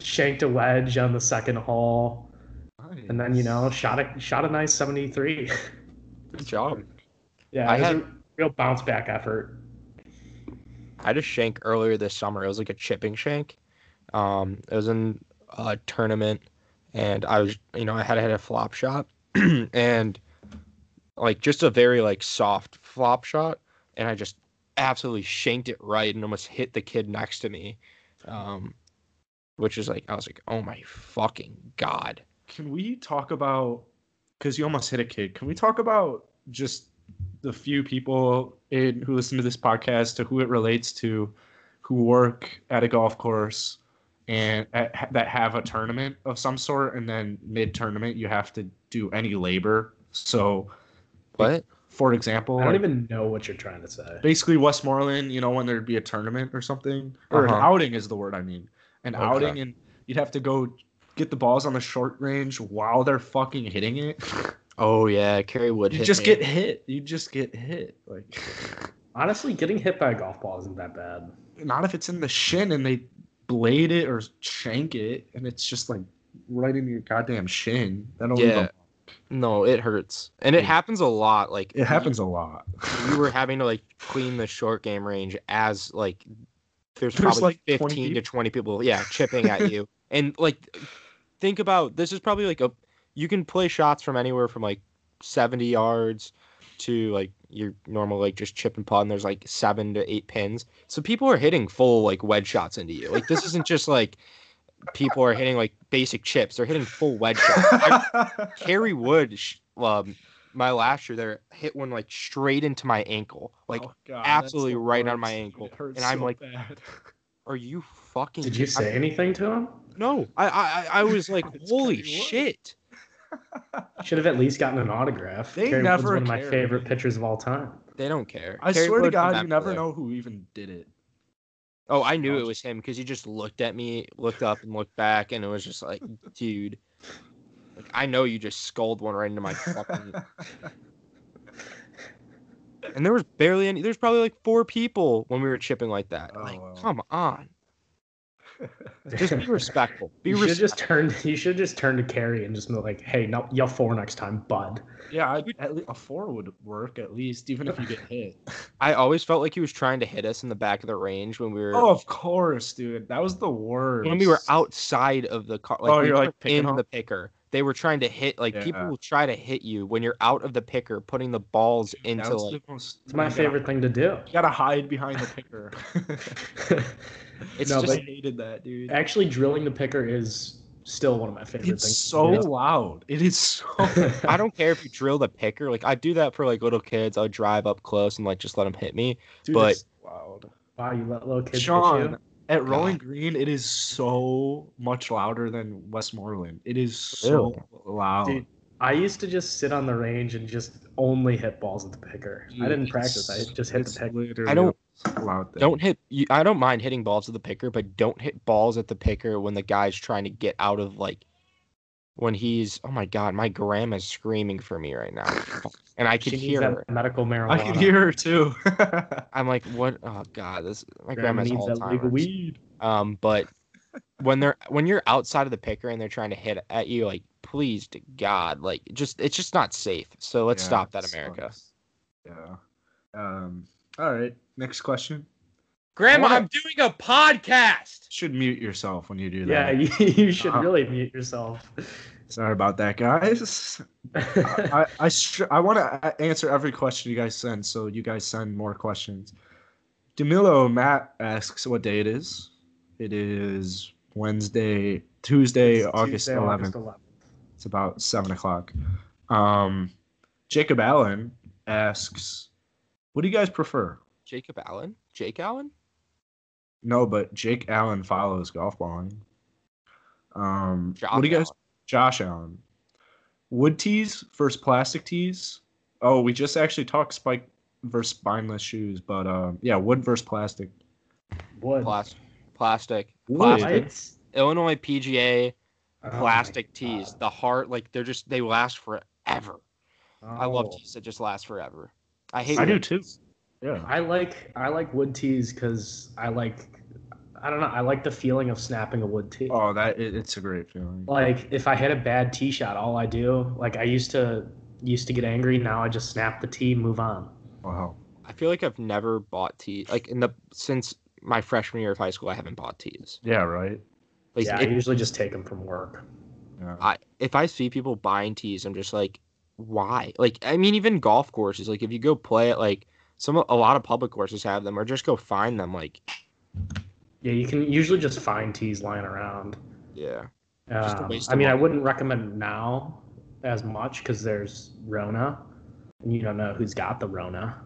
B: shanked a wedge on the second hole, and then you know shot a shot a nice seventy three.
C: Good job.
B: Yeah,
C: I
B: it was
C: had-
B: a real bounce back effort.
C: I just shanked earlier this summer. It was like a chipping shank. Um, it was in a tournament, and I was, you know, I had had a flop shot, and like just a very like soft flop shot, and I just absolutely shanked it right and almost hit the kid next to me, um, which is like I was like, oh my fucking god.
A: Can we talk about? Because you almost hit a kid. Can we talk about just the few people in, who listen to this podcast to who it relates to, who work at a golf course and at, that have a tournament of some sort, and then mid tournament you have to do any labor. So,
C: What?
A: for example,
B: I don't
A: like-
B: even know what you're trying to say.
A: basically Westmoreland, you know, when there'd be a tournament or something, or an
C: Uh-huh.
A: outing is the word I mean. An
C: Okay.
A: outing, and you'd have to go get the balls on the short range while they're fucking hitting it.
C: Oh yeah, Kerry Wood.
A: You
C: hit
A: just
C: me.
A: get hit. You just get hit. Like,
B: Honestly, getting hit by a golf ball isn't that bad.
A: not if it's in the shin and they blade it or shank it, and it's just like right in your goddamn shin. That'll
C: Yeah.
A: yeah.
C: No, it hurts, and it happens a lot. Like
A: It happens a lot.
C: we were having to like clean the short game range as like there's,
A: There's,
C: probably
A: like, 20
C: 15 to 20 people yeah chipping at you and like think about this is probably like a you can play shots from anywhere from like 70 yards to like your normal like just chip and putt and there's like seven to eight pins so people are hitting full like wedge shots into you like this isn't just like people are hitting like basic chips they're hitting full wedge shots I Carrie Wood, sh- um, my last year there, hit one like straight into my ankle. Like,
A: Oh, God,
C: absolutely
A: that's the
C: right on
A: worst.
C: my ankle.
A: It hurts
C: And I'm
A: so
C: like-
A: bad.
C: are you fucking?
B: Did you say anything to him?
C: No, I I, I- I was like,
A: It's
C: holy
A: Carrie Wood.
C: shit.
B: Should have at least gotten an autograph.
A: They
B: Kerry
A: never
B: Wood's one of my
A: care.
B: favorite pitchers of all time.
C: They don't care.
A: I
C: Carrie
A: swear to
C: Wood from
A: God, you never
C: Ecuador.
A: know who even did it.
C: Oh, I knew it was him because he just looked at me, looked up, and looked back, and it was just like, dude. Like, I know you just sculled one right into my fucking. and there was barely any. There's probably like four people when we were chipping like that.
A: Oh,
C: like,
A: wow.
C: come on, just be respectful. Be
B: you should
C: respectful.
B: just turn. You should just turn to Carrie and just be like, "Hey, no, yell four next time, bud."
A: Yeah, I, at le- a four would work at least, even if you get hit.
C: I always felt like he was trying to hit us in the back of the range when we were
A: Oh, of course, dude. That was the worst.
C: when we were outside of the car. Like,
A: Oh,
C: we
A: you're, like,
C: weren't
A: picking
C: in
A: on-
C: the picker. They were trying to hit like people
A: Yeah.
C: will try to hit you when you're out of the picker, putting the balls
A: That
C: into
A: was
C: like
A: the most-
B: It's my
A: you gotta-
B: favorite thing to do.
A: You gotta hide behind the picker.
C: it's
B: No,
A: I
C: just
B: but-
A: hated that, dude.
B: Actually, drilling the picker is still one of my favorite
A: It's
B: things.
A: so loud. It is so.
C: I don't care if you drill the picker. Like I do that for like little kids. I'll drive up close and like just let them hit me.
A: Dude,
C: But-
A: it's loud.
B: wow, you let little kids. hit
A: Sean,
B: you?
A: at Rolling Green, it is so much louder than Westmoreland. It is so loud.
B: Dude, I used to just sit on the range and just only hit balls at the picker.
A: Dude,
B: I didn't practice. I
A: it's-
B: just hit
A: it's
B: the picker.
A: literally
C: I don't-
A: a loud thing.
C: Don't hit. You, I don't mind hitting balls to the picker, but don't hit balls at the picker when the guy's trying to get out of like when he's. Oh my god, my grandma's screaming for me right now, and I could
B: She needs
C: hear
B: that
C: her.
B: medical marijuana.
A: I can hear her too.
C: I'm like, what? Oh god, this my
B: Grandma
C: grandma's
B: needs
C: all
B: that legal
C: time.
B: weed.
C: Um, but when they're when you're outside of the picker and they're trying to hit at you, like, please to God, like, just it's just not safe. So let's
A: Yeah,
C: stop that,
A: it
C: America.
A: sucks. Yeah. Um. All right. Next question.
C: Grandma,
A: What?
C: I'm doing a podcast.
A: Should mute yourself when you do
B: Yeah,
A: that.
B: you, you should
A: Uh-huh.
B: really mute yourself.
A: Sorry about that, guys. I I, str- I want to answer every question you guys send, so you guys send more questions. Demilo Matt asks what day it is. It is Wednesday, Tuesday,
B: It's
A: August
B: Tuesday,
A: eleventh. It's about seven o'clock. Um, Jacob Allen asks, "What do you guys prefer?"
C: Jacob Allen, Jake Allen.
A: No, but Jake Allen follows golf balling. Um,
C: Josh
A: what do you guys?
C: Allen.
A: Josh Allen. Wood tees versus plastic tees. Oh, we just actually talked spike versus spineless shoes, but um, yeah, wood versus plastic.
B: Wood.
C: Plas- plastic,
A: Wood.
C: plastic,
B: Lights?
C: Illinois PGA
B: Oh my
C: plastic tees.
B: God.
C: The heart, like they're just they last forever. I love
B: Oh.
C: tees that just last forever. I hate.
A: I do
C: wood
A: too.
C: tees.
A: Yeah.
B: I like I like wood tees because I like I don't know I like the feeling of snapping a wood tee.
A: Oh, that it, it's a great feeling.
B: Like if I hit a bad tee shot, all I do like I used to used to get angry. Now I just snap the tee, move on.
A: Wow.
C: I feel like I've never bought tees. Like in the since my freshman year of high school, I haven't bought tees.
A: Yeah. Right.
C: Like
B: yeah, I
C: if,
B: usually just take them from work.
A: Yeah.
C: I, if I see people buying tees, I'm just like, why? Like I mean, even golf courses. Like if you go play at like some a lot of public courses have them, or just go find them. Like
B: Yeah, you can usually just find tees lying around.
C: yeah, Just a
B: Um,
C: waste
B: I
C: of
B: mean, I
C: money.
B: wouldn't recommend now as much because there's Rona, and you don't know who's got the Rona.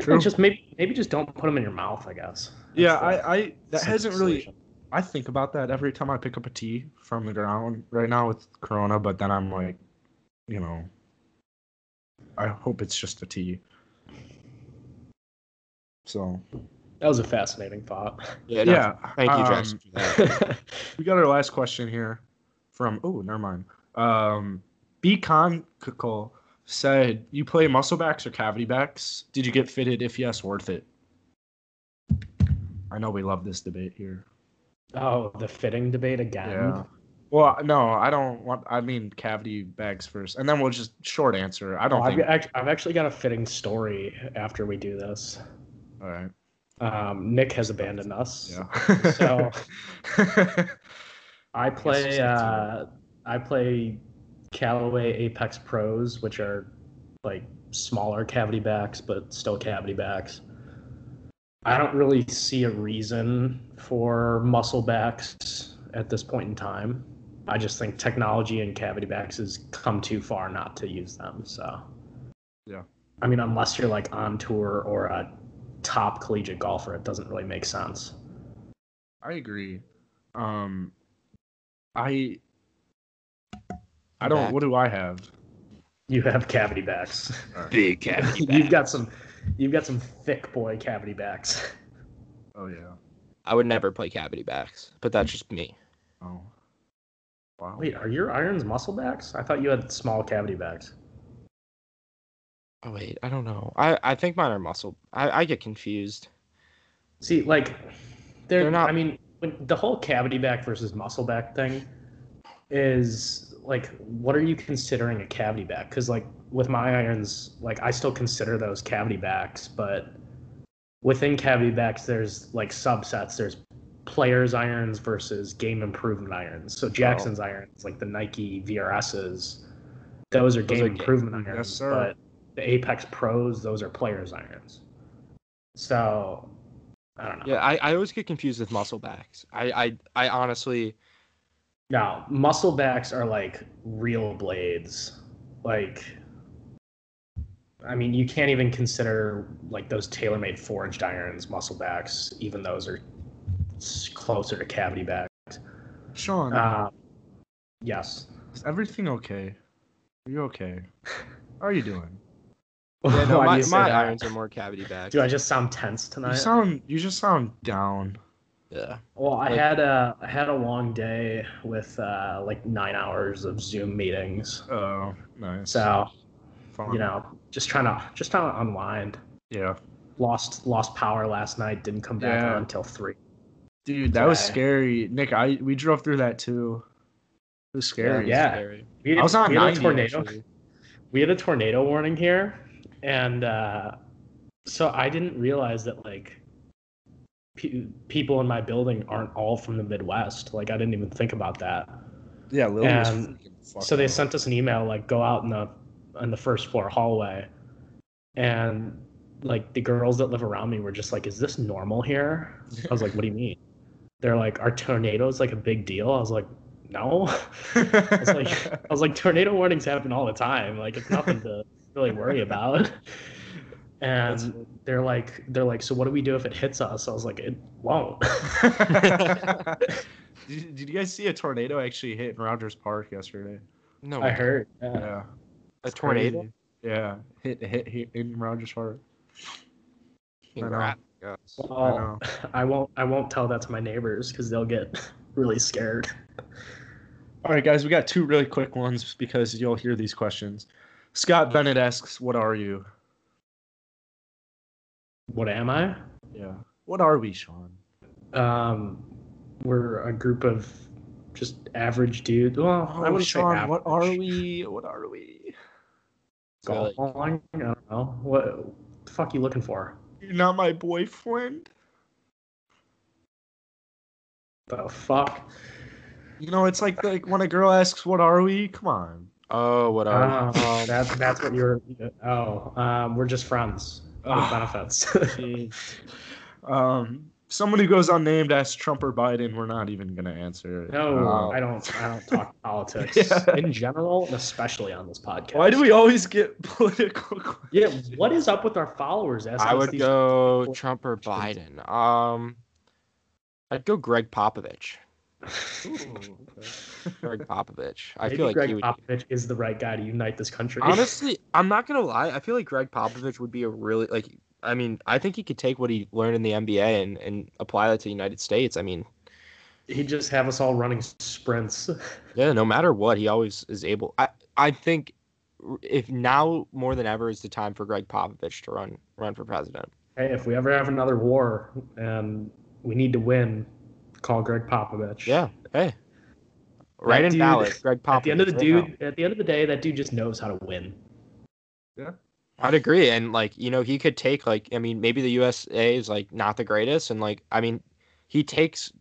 A: True.
B: Just maybe, maybe just don't put them in your mouth. I guess.
A: yeah.
B: That's the
A: I, I that
B: simple
A: hasn't really.
B: solution.
A: I think about that every time I pick up a tea from the ground right now with Corona, but then I'm like, you know, I hope it's just a tea. So,
B: That was a fascinating thought.
C: yeah. no,
A: yeah.
C: Thank you,
A: um,
C: Josh. for that.
A: We got our last question here from, oh, never mind. Um, B. Conkle said, You play muscle backs or cavity backs? Did you get fitted? If yes, worth it. I know we love this debate here.
B: Oh, the fitting debate again.
A: Yeah. Well, no, I don't want. I mean, cavity bags first, and then we'll just short answer. I don't
B: Oh, I've,
A: think.
B: act- I've actually got a fitting story after we do this.
A: All right.
B: Um, Nick has abandoned us.
A: Yeah.
B: So- I
A: we'll stick
B: play
A: to it.
B: uh, I play Callaway Apex Pros, which are like smaller cavity backs, but still cavity backs. I don't really see a reason for muscle backs at this point in time. I just think technology and cavity backs has come too far not to use them. So,
A: Yeah.
B: I mean, unless you're like on tour or a top collegiate golfer, it doesn't really make sense.
A: I agree. Um, I. I
C: I'm
A: don't.
C: back.
A: What do I have?
B: You have cavity backs.
C: Big cavity.
B: you've got some you've got some thick boy cavity backs
A: Oh yeah.
C: I would never play cavity backs, but that's just me.
A: Oh. Wow.
B: wait are your irons muscle backs i thought you had small cavity backs
C: Oh wait, I don't know. I, I think mine are muscle. I, I get confused.
B: see like they're,
C: They're
B: not
C: not-
B: i mean when, the whole cavity back versus muscle back thing is like what are you considering a cavity back because like with my irons like i still consider those cavity backs but within cavity backs there's like subsets there's players irons versus game improvement irons so jackson's irons like the nike vrs's those are
C: Those
B: game
C: are game-
B: improvement
A: Yes,
B: irons
A: sir.
B: but the apex pros those are players irons so i don't know
C: Yeah, I, I always get confused with muscle backs. I I, I honestly
B: Now, muscle backs are like real blades. Like, I mean, you can't even consider like those tailor-made forged irons muscle backs. Even those are s- closer to cavity back.
A: Sean,
B: Uh, yes.
A: is everything okay? Are you okay? How are you doing?
C: yeah, no,
B: Why do
C: my,
B: you say
C: my
B: that?
C: irons are more cavity backs.
B: Do I just sound tense tonight?
A: You sound. You just sound down.
C: yeah.
B: Well, I
C: Like-
B: had a I had a long day with uh, like nine hours of Zoom meetings,
A: Oh, nice.
B: so
A: Fun.
B: you know, just trying to just trying to unwind.
A: Yeah.
B: lost lost power last night. Didn't come back
A: Yeah.
B: on until three.
A: Dude, that was
B: Okay.
A: scary. Nick, I we drove through that too. It was scary.
B: Yeah.
C: Scary.
B: We had,
A: I was on
B: we had
A: 90,
B: a tornado.
A: actually.
B: We had a tornado warning here, and uh, so I didn't realize that like pe- people in my building aren't all from the Midwest. Like I didn't even think about that.
A: Yeah, Lily was
B: And
A: freaking fucked
B: Um, so they
A: up.
B: sent us an email like go out in the on the first floor hallway, and like the girls that live around me were just like, "Is this normal here?" I was like, "What do you mean?" They're like, "Are tornadoes like a big deal?" I was like, "No." was like- I was like, tornado warnings happen all the time. Like it's nothing to really worry about.
A: That's
B: And they're like, they're like, so what do we do if it hits us? I was like, it won't.
A: did, did you guys see a tornado actually hit in Rogers Park yesterday?
C: No,
B: I heard. Yeah.
A: Yeah.
C: a
A: It's
C: tornado.
A: crazy. Yeah. Hit, hit hit in Rogers Park.
C: Congrats.
B: um,
A: I
B: Well,
A: know.
B: I, won't. I won't tell that to my neighbors because they'll get really scared.
A: All right, guys, we got two really quick ones because you'll hear these questions. Scott Bennett asks, "What are you?"
B: What am I?
A: Yeah. What are we, Sean?
B: Um, we're a group of just average dudes. Well, I
A: Oh,
B: would say
A: Sean,
B: average.
A: what are we? What are we?
C: So,
B: Golf
C: like,
B: balling? I don't know. What the fuck you looking for?
A: You're not my boyfriend.
B: The fuck?
A: You know, it's like like when a girl asks, "What are we?" Come on.
C: oh, what are
B: Oh,
C: we? Um,
B: that, that's what you're. Oh, um, we're just friends with benefits.
A: um, someone who goes unnamed asks Trump or Biden. We're not even gonna answer. it.
B: no,
A: Um,
B: I don't. I don't talk politics
A: Yeah.
B: in general, and especially on this podcast.
A: why do we always get political? questions?
B: Yeah, what is up with our followers? Asking
C: I
B: us
C: would
B: these-
C: go Trump or Biden. Um, I'd go Greg Popovich. Greg Popovich. I
B: Maybe
C: feel like
B: Greg
C: he would.
B: Popovich is the right guy to unite this country.
C: Honestly, I'm not gonna lie. I feel like Greg Popovich would be a really like. I mean, I think he could take what he learned in the NBA and, and apply that to the United States. I mean,
B: he'd just have us all running sprints.
C: yeah, no matter what, he always is able. I I think if now more than ever is the time for Greg Popovich to run run for president.
B: um, hey, if we ever have another war and we need to win, Call Greg Popovich.
C: Yeah. Hey. Right in
B: dude-
C: ballot, Greg Popovich.
B: At the end of the
C: right now.
B: dude, at the end of the day, that dude just knows how to win.
C: I'd agree, and like you know, he could take like I mean, maybe the USA is like not the greatest, and like I mean, he takes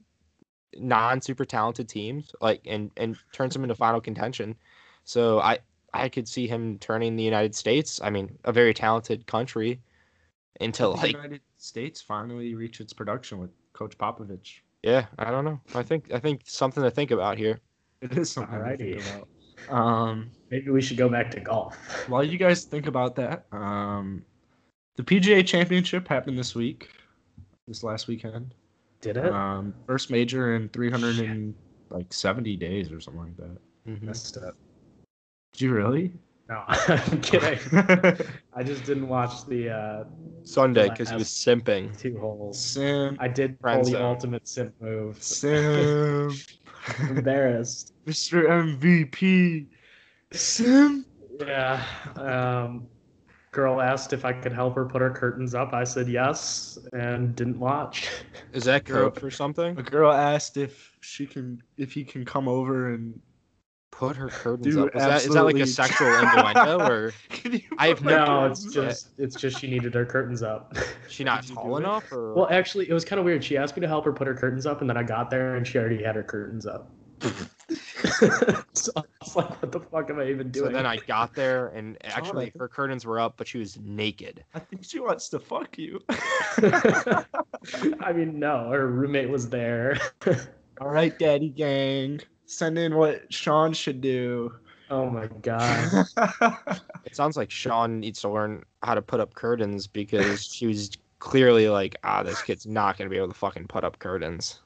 C: non-super talented teams like and and turns them into final contention. So I I could see him turning the United States, I mean, a very talented country, into
A: the
C: like
A: United States finally reach its production with Coach Popovich.
C: yeah, I don't know. I think I think something to think about here.
A: It is something to
B: Alrighty.
A: think about. Um,
B: Maybe we should go back to golf.
A: while you guys think about that, um, the PGA Championship happened this week, this last weekend.
B: Did it?
C: Uh,
A: Um, first major in 300 and like 70 days or something like that.
B: Messed up.
A: Did you really?
B: No, I'm kidding. I just didn't watch the uh,
C: Sunday because he was simping.
B: two holes.
A: Sim,
B: I did pull
C: Friend
B: the
C: zone.
B: ultimate simp move.
A: Sim,
B: Embarrassed.
A: Mr. MVP, Sim.
B: Yeah. Um, girl asked if I could help her put her curtains up. I said yes and didn't watch.
C: Is that
A: Girl-
C: code for something?
A: A girl asked if she can, if he can come over and.
C: Put her curtains
A: Dude,
C: up. Is that, is that like
A: absolutely.
C: a sexual innuendo or?
A: Can you
C: I have
A: put my
B: No,
A: curtains
B: it's
A: up?
B: just it's just she needed her curtains up.
C: She not
A: Did you do
C: tall
A: it?
C: enough, or
B: Well, actually, it was kind of weird. She asked me to help her put her curtains up, and then I got there and she already had her curtains up. so I was like, "What the fuck am I even
C: so
B: doing?"
C: then I got there and actually
A: Alright.
C: her curtains were up, but she was naked.
A: I think she wants to fuck you.
B: I mean, no, her roommate was there.
A: All right, Daddy Gang, send in what Sean should do.
B: Oh my god.
A: Uh,
C: It sounds like Sean needs to learn how to put up curtains because she was clearly like, ah, this kid's not gonna be able to fucking put up curtains.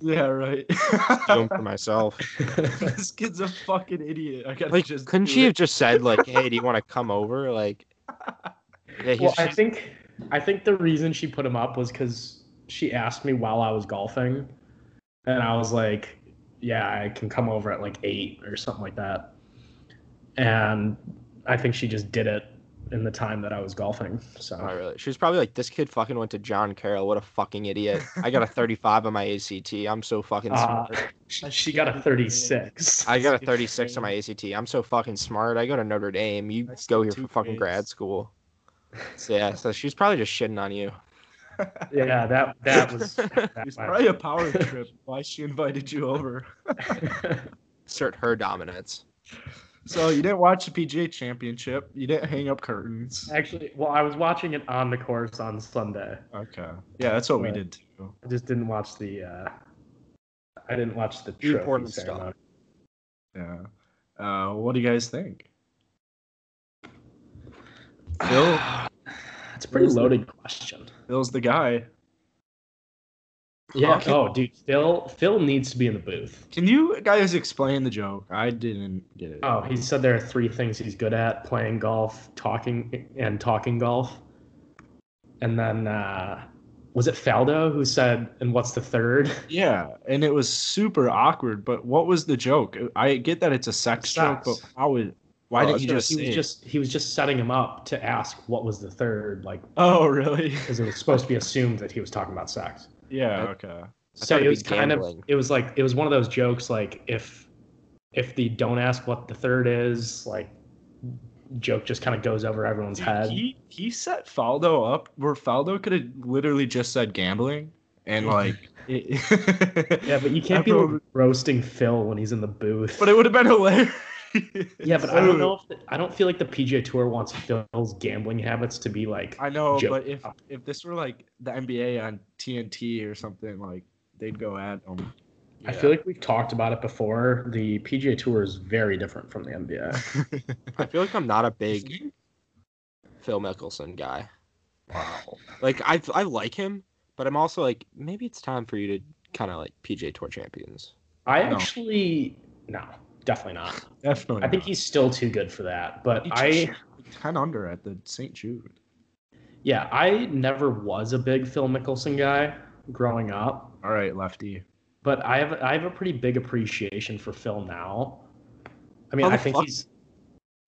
A: yeah, right.
C: Doing for myself.
A: this kid's a fucking idiot. I gotta
C: Like,
A: just.
C: couldn't
A: do
C: she
A: it.
C: have just said like, hey, do you want to come over? Like, yeah, he's
B: well, I
C: she's-
B: think I think the reason she put him up was because she asked me while I was golfing, and I was like, "Yeah, I can come over at like eight or something like that." And I think she just did it in the time that I was golfing.
C: not
B: So
C: really. She was probably like, this kid fucking went to John Carroll. What a fucking idiot. I got a 35 on my ACT. I'm so fucking
B: Uh,
C: smart.
B: she got a thirty-six.
C: I got a
A: Skip
C: 36 on
A: grade.
C: my ACT. I'm so fucking smart. I go to Notre Dame. You
A: I skipped
C: go here
A: two
C: for fucking grad
A: grades.
C: school. So, yeah, so she's probably just shitting on you.
B: yeah, that that was. That
A: It's
B: went-
A: probably a power trip. Why she invited you over?
C: Assert her dominance.
A: So you didn't watch the PGA Championship. You didn't hang up curtains.
B: Actually, well, I was watching it on the course on Sunday.
A: Okay. Yeah, that's what we
B: Right.
A: did too.
B: I just didn't watch the. Uh, I didn't watch the
C: The
B: trophy
C: important stuff.
B: ceremony.
A: Yeah. Uh, what do you guys think?
C: Phil?
B: It's a pretty loaded question.
A: Bill's the guy.
B: Yeah.
C: Okay.
B: Oh, dude, Phil. Phil needs to be in the booth.
A: Can you guys explain the joke? I didn't get it.
B: Oh, he said there are three things he's good at: playing golf, talking, and talking golf. And then uh, was it Faldo who said, "And what's the third?
A: Yeah, and it was super awkward. But what was the joke? I get that it's a sex joke,
B: Sex.
A: but how would? Why
C: Oh,
A: didn't you
B: So
A: just
B: he
A: say?
B: was
A: it?
B: just he was just setting him up to ask what was the third, like
A: oh, really?
B: because it was supposed to be assumed that he was talking about sex.
A: Yeah.
C: I-
A: Okay.
C: I
B: so
C: thought it'd
B: it
C: be
B: was kind of
C: gambling.
B: it was like it was one of those jokes like if if the don't ask what the third is like joke just kind of goes over everyone's head
A: He he set Faldo up where Faldo could have literally just said gambling and like. it-
B: yeah but you can't be
A: Everyone-
B: like, roasting phil when he's in the booth
A: but it would have been hilarious.
B: yeah but i don't know if the, i don't feel like the pga tour wants phil's gambling habits to be like
A: I know,
B: Joke.
A: but if if this were like the NBA on TNT or something, like they'd go at him.
B: i feel like we've talked about it before the pga tour is very different from the nba
C: I feel like I'm not a big Phil Mickelson guy.
A: Wow.
C: Like, I, I like him, but I'm also like, maybe it's time for you to kind of like PJ Tour champions.
B: i
A: No.
B: actually no definitely not
A: Definitely.
B: i think
A: not.
B: he's still too good for that but
A: He
B: i
A: just shot ten under at the St. Jude.
B: Yeah, I never was a big Phil Mickelson guy growing up,
A: All right, lefty.
B: but I have I have a pretty big appreciation for Phil now. I mean,
C: How the
B: I think
C: fuck-
B: he's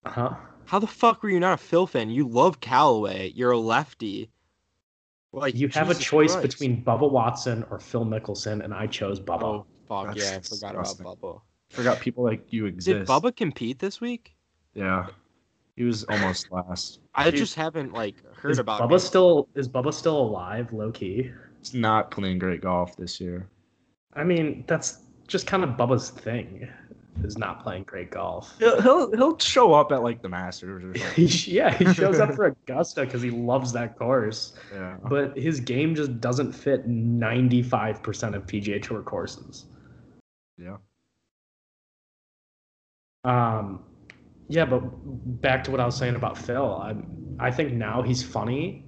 B: uh-huh. huh?
C: How the fuck were you not a Phil fan? You love Callaway. You're a lefty. Like
B: You have a
C: Jesus
B: choice
C: Christ.
B: between Bubba Watson or Phil Mickelson, and I chose Bubba.
C: Oh fuck
A: That's
C: yeah! I forgot about
A: disgusting.
C: Bubba.
A: Forgot people like you exist.
C: Did Bubba compete this week?
A: Yeah, he was almost last.
C: I
A: Dude.
C: just haven't like heard
B: is
C: about
B: Bubba
C: him.
B: still is Bubba still alive, low key?
A: He's not playing great golf this year.
B: I mean, that's just kind of Bubba's thing, is not playing great golf.
A: He'll he'll, he'll show up at like the Masters or something.
B: He sh- yeah, he shows up for Augusta because he loves that course,
A: yeah.
B: but his game just doesn't fit 95% of PGA Tour courses.
A: Yeah.
B: Um, yeah, but back to what I was saying about Phil. I I think now he's funny,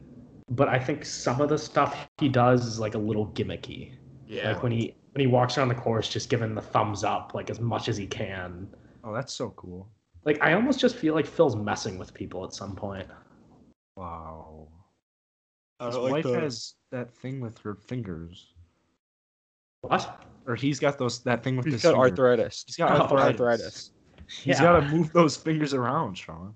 B: but I think some of the stuff he does is like a little gimmicky.
C: Yeah.
B: Like when he when he walks around the course, just giving the thumbs up like as much as he can.
A: Oh, that's so cool.
B: Like I almost just feel like Phil's messing with people at some point.
A: Wow.
C: I
A: His
C: don't like
A: wife
C: the-
A: has that thing with her fingers,
B: What?
A: or he's got those that thing with
C: He's
A: his
C: got
A: fingers.
C: arthritis.
A: He's got
B: Oh,
A: arthritis.
C: arthritis.
A: He's
B: Yeah.
A: got to move those fingers around, Sean.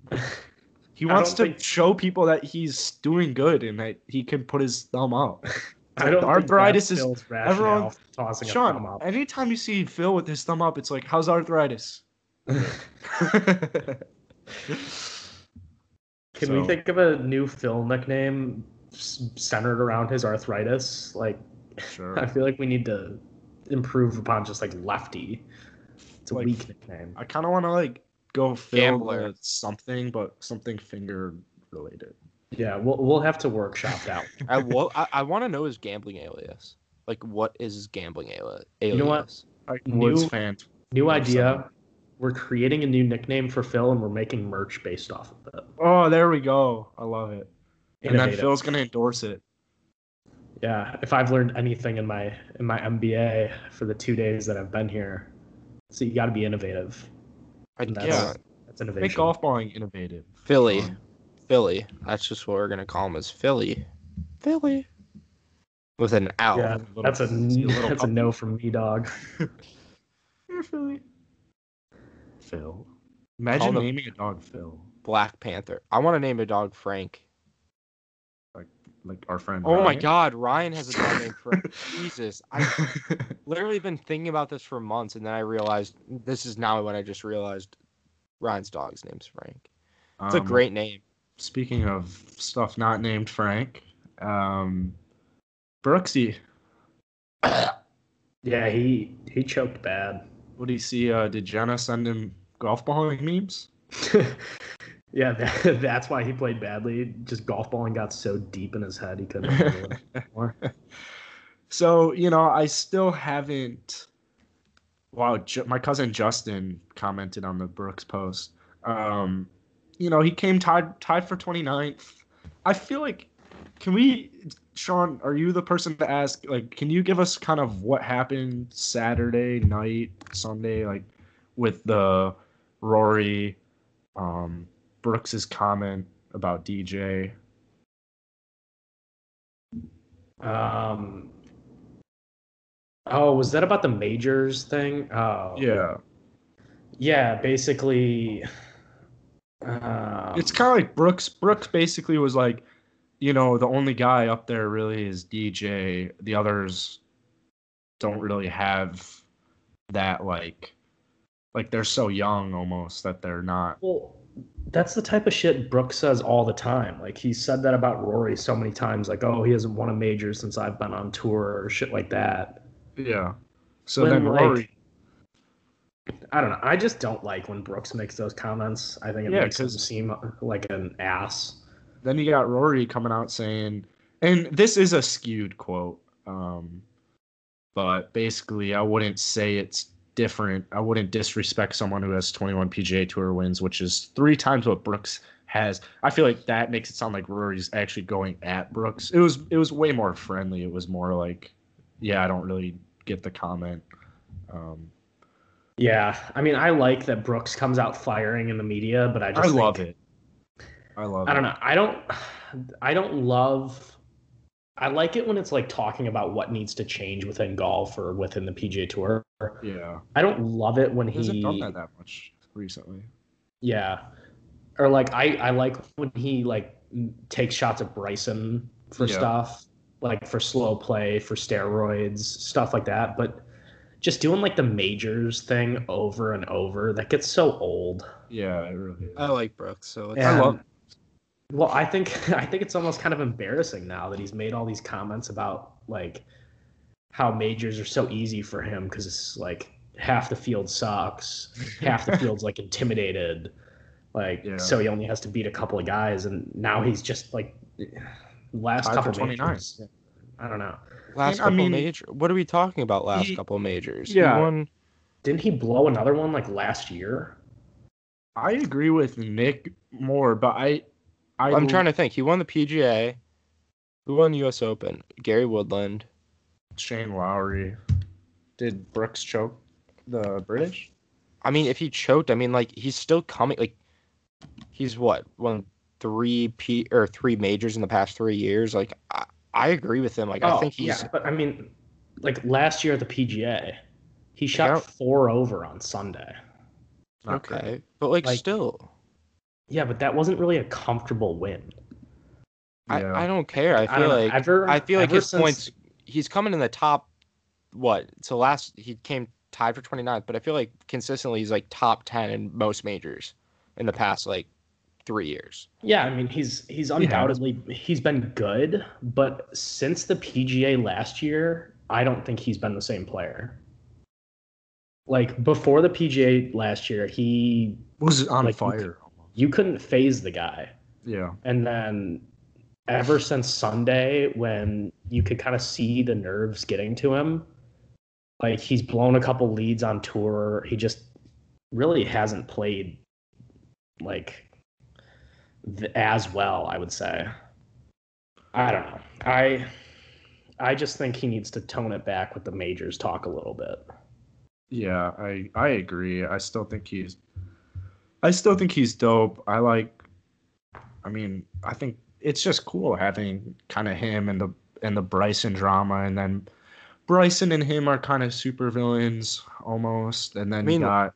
A: He
B: I
A: wants to
B: don't think-
A: show people that he's doing good and that he can put his thumb up.
B: I
A: The
B: don't think that's
A: arthritis is-
B: Phil's rationale
A: everyone-
B: for tossing a thumb
A: Sean,
B: up.
A: anytime you see Phil with his thumb up, it's like, how's arthritis?
B: Can
A: So-
B: we think of a new Phil nickname s- centered around his arthritis? Like I
A: sure.
B: feel like we need to improve upon just like lefty. It's a
A: Like-
B: weak nickname.
A: I kind of want to like go Phil
C: Gambler.
A: with something, but something finger related.
B: Yeah, we'll we'll have to workshop that. one.
C: I, wo- I, I want to know his gambling alias. Like, what is his gambling ali- alias?
B: know what?
A: Like
B: New-
A: Woods fan.
B: New
A: Or
B: idea.
A: something.
B: We're creating a new nickname for Phil, and we're making merch based off of it.
A: Oh, there we go. I love it. And then
B: Innovative.
A: Phil's gonna endorse it.
B: Yeah, if I've learned anything in my in my MBA for the two days that I've been here, so you got to be innovative.
C: I,
B: And
A: yeah.
C: yeah,
B: That's innovation.
A: Make golf balling innovative.
C: Philly, Philly. That's just what we're gonna call him is Philly, Philly, with an owl.
B: Yeah,
A: Little-
B: that's a
A: see a little
B: that's a no from me, dog.
A: Here, Philly. Phil. Imagine
C: Call the-
A: naming a dog Phil,
C: Black Panther. I want to name a dog Frank.
A: like our friend.
C: Oh my
A: Ryan.
C: God, Ryan has a dog named Frank. Jesus, I've literally been thinking about this for months, and then I realized this is now when I just realized Ryan's dog's name's Frank. It's a
A: Um,
C: great name.
A: Speaking of stuff not named Frank, um, Brooksy.
B: Yeah, he he choked bad.
A: What do you see? Uh, did Jenna send him golf balling memes?
B: yeah, that, that's why he played badly. Just golf balling got so deep in his head he couldn't handle it anymore.
A: So you know, I still haven't. Wow, Ju- my cousin Justin commented on the Brooks post. Um, you know, he came tied tied for 29th. I feel like, can we, Sean? Are you the person to ask? Like, can you give us kind of what happened Saturday night, Sunday, like with the Rory, um, Brooks's comment about DJ?
B: Um, oh, was that about the majors thing? Oh,
A: Yeah,
B: yeah. Basically, um,
A: it's kind of like Brooks. Brooks basically was like, you know, the only guy up there really is DJ. The others don't really have that like, like they're so young almost that they're not.
B: Well, that's the type of shit Brooks says all the time. Like he said that about Rory so many times. Like, oh, he hasn't won a major since I've been on tour or shit like that.
A: Yeah. So
B: When,
A: then
B: like,
A: Rory,
B: I don't know. I just don't like when Brooks makes those comments. I think it
A: Yeah,
B: makes him
A: 'cause-
B: seem like an ass.
A: then you got Rory coming out saying, and this is a skewed quote, um, but basically, I wouldn't say it's different. I wouldn't disrespect someone who has 21 PGA Tour wins, which is three times what Brooks has. I feel like that makes it sound like Rory's actually going at Brooks. It was it was way more friendly. It was more like, yeah, I don't really get the comment. Um,
B: Yeah, I mean, I like that Brooks comes out firing in the media, but I just
A: I
B: think-
A: love it. I love.
B: I don't
A: it.
B: know. I don't. I don't love. I like it when it's like talking about what needs to change within golf or within the PGA Tour.
A: Yeah,
B: I don't love it when
A: he hasn't
B: he
A: done that that much recently.
B: Yeah. Or like I I like when he like m- takes shots at Bryson for
A: Yeah.
B: stuff like for slow play, for steroids, stuff like that. But just doing like the majors thing over and over, that gets so old.
A: Yeah, it really is.
C: I like Brooks, so it's,
A: I
B: And-
A: love-
B: Well, I think I think it's almost kind of embarrassing now that he's made all these comments about like how majors are so easy for him because it's like half the field sucks, half the field's like intimidated, like
A: Yeah.
B: so he only has to beat a couple of guys, and now he's just like last
A: Five for
B: couple
A: 29.
B: majors. I don't know.
C: last
A: I
C: couple
A: mean-
C: major. What are we talking about? Last
A: He-
C: couple majors.
A: Yeah.
C: He won.
B: Didn't he blow another one like last year?
A: I agree with Nick more, but I, I
C: I'm trying to think. He won the PGA. Who won the U.S. Open? Gary Woodland.
A: Shane Lowry. Did Brooks choke the British?
C: I mean, if he choked, I mean, like he's still coming. Like he's what won three p or three majors in the past three years. Like I, I agree with him. Like
A: Oh,
C: I think he's.
B: yeah, but I mean, like last year at the PGA, he
C: Yeah.
B: shot four over on Sunday.
C: Okay. But like,
B: Like-
C: still,
B: Yeah, but that wasn't really a comfortable win.
A: Yeah.
C: I, I don't care. I
B: don't
C: feel
B: know,
C: like
B: ever,
C: I feel like
B: ever
C: his
B: since-
C: points. He's coming in the top. What? So last he came tied for 29th, but I feel like consistently he's like top 10 in most majors in the past like three years.
B: Yeah, I mean he's he's
A: has.
B: undoubtedly he's been good, but since the PGA last year, I don't think he's been the same player. Like before the PGA last year, he
A: Was on
B: Like,
A: fire.
B: you couldn't phase the guy.
A: Yeah.
B: And then ever since Sunday, when you could kind of see the nerves getting to him, like he's blown a couple leads on tour. He just really hasn't played like th- as well, I would say. I don't know. I I just think he needs to tone it back with the majors talk a little bit.
A: Yeah, I I agree. I still think he's I still think he's dope. I like I mean, I think it's just cool having kind of him and the and the Bryson drama and then Bryson and him are kind of super villains almost and then
C: I mean,
A: you got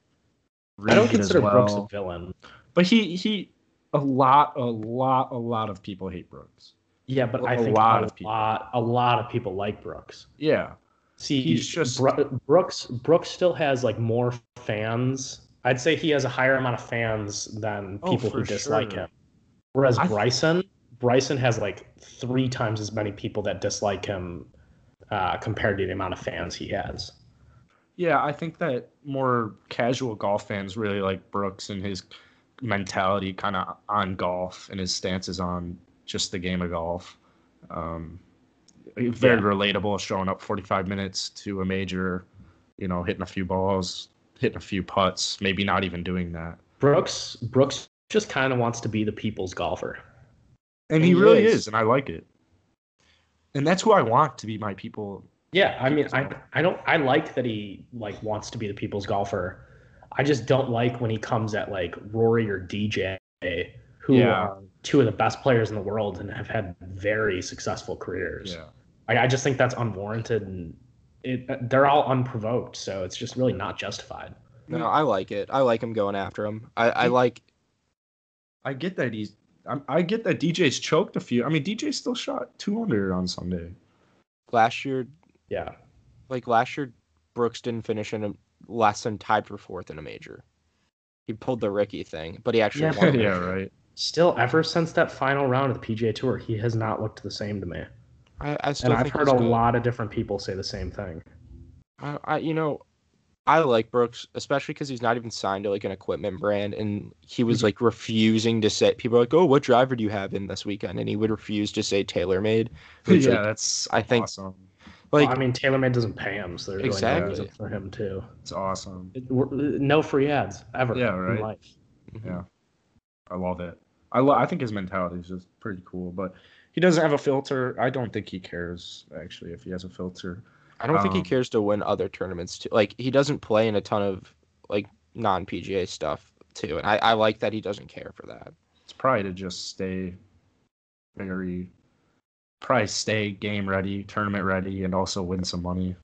B: I
A: Reed
B: don't
A: as
B: consider Brooks a
A: well.
B: villain.
A: But he he a lot a lot a lot of people hate Brooks.
B: Yeah, but I
A: A
B: think
A: lot
B: a
A: of people.
B: lot a lot of people like Brooks.
A: Yeah.
B: See,
A: He's just-
B: Bru- Brooks. Brooks still has like more fans. I'd say he has a higher amount of fans than
A: Oh,
B: people who
A: for
B: dislike
A: sure.
B: him. Whereas
A: I th-
B: Bryson, Bryson has like three times as many people that dislike him uh, compared to the amount of fans he has.
A: Yeah, I think that more casual golf fans really like Brooks and his mentality kind of on golf and his stances on just the game of golf. Um, very
B: Yeah.
A: relatable, showing up 45 minutes to a major, you know, hitting a few balls, hitting a few putts, maybe not even doing that.
B: Brooks, Brooks just kind of wants to be the people's golfer.
A: And,
C: And
A: he,
C: he
A: really
C: is.
A: is, and I like it. And that's who I want to be my people.
B: Yeah, I mean, I I don't I like that he like wants to be the people's golfer. I just don't like when he comes at like Rory or DJ, who
A: Yeah.
B: are two of the best players in the world and have had very successful careers.
A: Yeah.
B: I, I just think that's unwarranted and it, they're all unprovoked, so it's just really not justified.
C: No, I like it. I like him going after him. I, I like
A: I get that he's. I, I get that DJ's choked a few. I mean, DJ still shot 200 on Sunday.
C: last year.
B: Yeah,
C: Like last year, Brooks didn't finish in a less than tied for fourth in a major. He pulled the Ricky thing, but he actually
B: Yeah,
C: won. a
A: yeah,
C: major.
A: right.
B: still, ever since that final round of the PGA Tour, he has not looked the same to me,
C: I, I still
B: and I've
C: think
B: heard
C: he's
B: a
C: good.
B: lot of different people say the same thing.
C: I, I you know, I like Brooks, especially because he's not even signed to like an equipment brand, and he
A: Mm-hmm.
C: was like refusing to say. People are like, "Oh, what driver do you have in this weekend?" And he would refuse to say TaylorMade. Which,
A: yeah, that's
C: I think-
A: awesome.
C: Like,
B: I mean, TaylorMade doesn't pay him, so there's really no
C: Exactly.
B: reason for him to.
A: It's awesome.
B: It- we're- no free ads ever.
A: Yeah, right.
B: In life.
C: like
A: yeah. I love it. I lo- I think his mentality is just pretty cool, but he doesn't have a filter. I don't think he cares actually if he has a filter.
C: I don't think he
A: Um,
C: cares to win other tournaments too. Like he doesn't play in a ton of like non PGA stuff too, and I, I like that he doesn't care for that.
A: It's probably to just stay very probably stay game ready, tournament ready, and also win some money.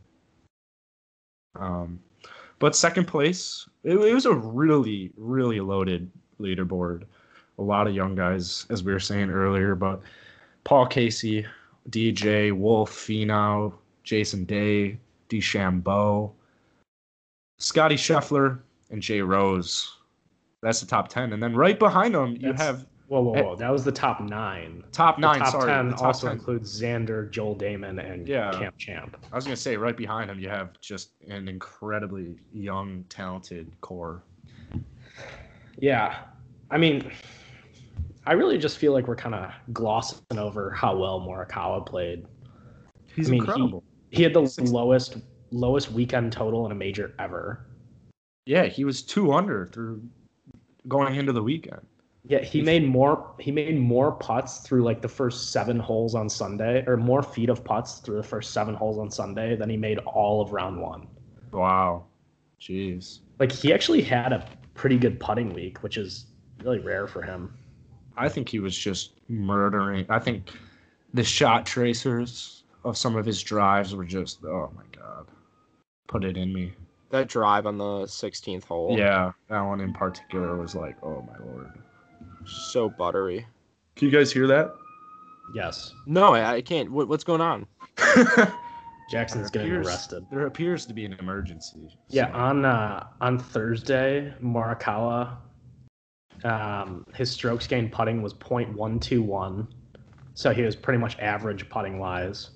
A: Um, but second place, it, it was a really, really loaded leaderboard. A lot of young guys, as we were saying earlier, but Paul Casey DJ, Wolf, Finau, Jason Day, DeChambeau, Scotty Scheffler, and Jay Rose. That's the top ten, and then right behind them you
B: That's-
A: have
B: Whoa, whoa, whoa! That was the top nine.
A: top Eh, nine.
B: the top
A: sorry,
B: ten
A: the top
B: also
A: 10.
B: includes Xander, Joel Damon, and
A: Yeah.
B: Camp Champ.
A: I was gonna say right behind him you have just an incredibly young, talented core.
B: Yeah, I mean, I really just feel like we're kind of glossing over how well Morikawa played.
A: He's
B: I mean, he-
A: incredible.
B: He had the
A: Six-
B: lowest lowest weekend total in a major ever.
A: yeah, he was two under through going into the weekend.
B: Yeah, he made more he made more putts through like the first seven holes on Sunday, or more feet of putts through the first seven holes on Sunday than he made all of round one.
A: Wow, jeez.
B: Like he actually had a pretty good putting week, which is really rare for him.
A: I think he was just murdering. I think the shot tracers of some of his drives were just, oh my god, put it in me.
C: That drive on the 16th hole.
A: Yeah, that one in particular was like, oh my lord.
C: So buttery.
A: Can you guys hear that?
B: Yes,
C: No, I, I can't. What, what's going on?
B: Jackson's getting
A: Appears-
B: arrested.
A: There appears to be an emergency.
B: Yeah,
A: So-
B: on uh, on Thursday, Morikawa, um, his strokes gained putting was .121, so he was pretty much average putting wise.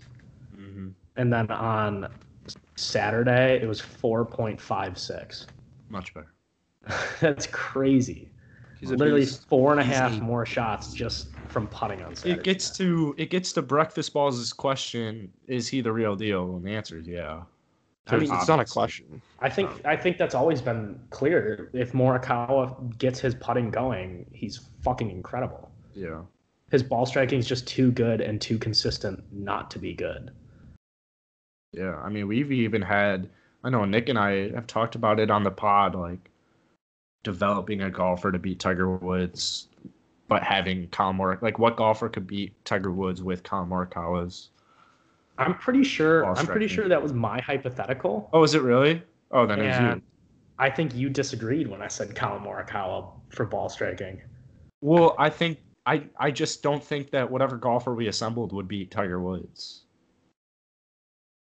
A: Mhm.
B: And then on Saturday, it was 4.56.
A: Much better.
B: That's crazy.
C: He's a
B: Literally
C: beast.
B: four and a
C: He's
B: half
C: a-
B: more shots just from putting on Saturday.
A: It gets to it gets to breakfast balls' question: Is he the real deal? And the answer is yeah.
C: I mean, it's not a
A: Obviously.
C: question.
B: I think
A: Um,
B: I think that's always been clear. If Morikawa gets his putting going, he's fucking incredible.
A: Yeah.
B: his ball striking is just too good and too consistent not to be good.
A: Yeah, I mean, we've even had, I know Nick and I have talked about it on the pod, like developing a golfer to beat Tiger Woods, but having Colin Morikawa, like what golfer could beat Tiger Woods with Colin Morikawa's?
B: I'm pretty sure.
A: Ball
B: I'm pretty
A: striking.
B: sure that was my hypothetical.
A: Oh, is it really? Oh, then it's
B: and
A: you.
B: I think you disagreed when I said Colin Morikawa for ball striking.
A: Well, I think, I, I just don't think that whatever golfer we assembled would beat Tiger Woods.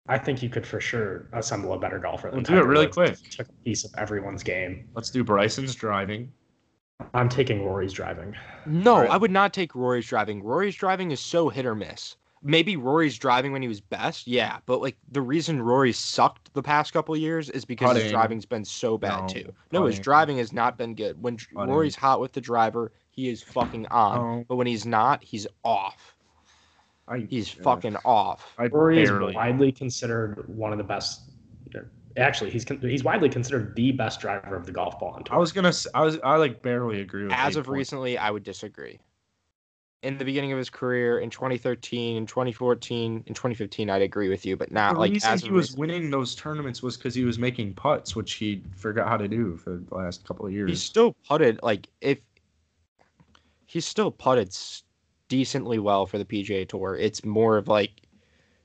B: I think you could for sure assemble a better golfer. Than
A: We'll do it
B: Tiger
A: really
B: Woods.
A: quick.
B: Took a piece of everyone's game.
A: Let's do Bryson's driving.
B: I'm taking Rory's driving.
C: No,
A: Right.
C: I would not take Rory's driving. Rory's driving is so hit or miss. Maybe Rory's driving when he was best, yeah. But like the reason Rory sucked the past couple years is because his
A: Putting.
C: driving's been so bad
A: No,
C: too. No, his
A: putting.
C: driving has not been good. When dr-
A: Putting. Oh.
C: Rory's hot with the driver, he is fucking on.
A: No.
C: But when he's not, he's off.
A: Um, I,
C: He's
A: Yeah.
C: fucking off.
A: I
B: Rory is
A: barely.
B: widely considered one of the best. Actually, he's con- he's widely considered the best driver of the golf ball on tour.
A: I was gonna. s- I was. I like barely agree with.
C: As
A: eight
C: of
A: points.
C: recently, I would disagree. In the beginning of his career, in 2013, in 2014, in 2015, I'd agree with you, but not
A: the
C: like
A: reason
C: as
A: he
C: of
A: was
C: recent-
A: winning those tournaments was because he was making putts, which he forgot how to do for the last couple of years.
C: He still putted like if he still putted s- decently well for the PGA Tour. It's more of like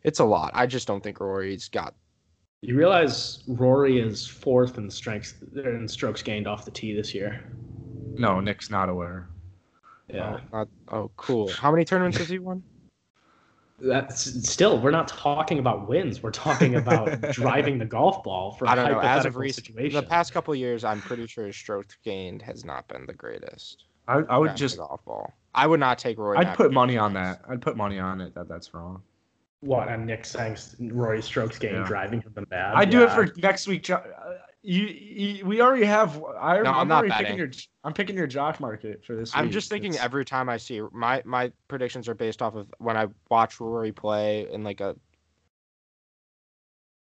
C: it's a lot. I just don't think Rory's got.
B: You realize Rory is fourth in strengths in strokes gained off the tee this year.
A: no, Nick's not aware.
B: Yeah,
C: Not, oh, cool. How many tournaments has he won?
B: that's still we're not talking about wins. We're talking about driving the golf ball for a
C: I don't know. As of
B: hypothetical
C: recent,
B: situation.
C: the past couple years, I'm pretty sure his stroke gained has not been the greatest.
A: I, I would
C: around the
A: just.
C: golf ball. I would not take Rory.
A: I'd
C: McIlroy.
A: put money on that. I'd put money on it that that's wrong.
B: what on Nick saying s- Rory's strokes gained
A: Yeah.
B: driving have been bad.
A: I'd do it
B: Yeah.
A: for next week. Jo- uh, You, you, we already have. I,
C: No, I'm
A: I'm,
C: not
A: already
C: betting.
A: picking your. I'm picking your jock market for this.
C: I'm
A: week.
C: just thinking
A: It's-
C: every time I see my my predictions are based off of when I watch Rory play in like a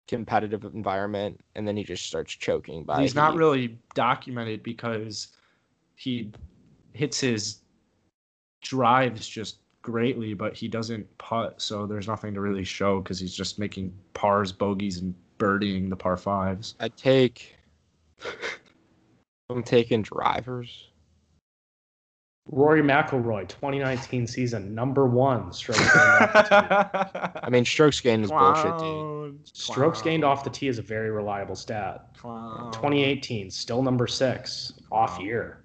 C: competitive environment, and then he just starts choking. By
A: he's not
C: heat.
A: really documented because he hits his drives just greatly, but he doesn't putt, so there's nothing to really show because he's just making pars, bogeys, and birdieing the par fives.
C: I take. I'm taking drivers.
B: Rory McIlroy 2019 season number one strokes gained off the tee.
C: I
A: I
C: mean, strokes gained is bullshit, dude.
B: Strokes gained off the tee is a very reliable stat. 2018 still number six off
A: Wow.
B: year.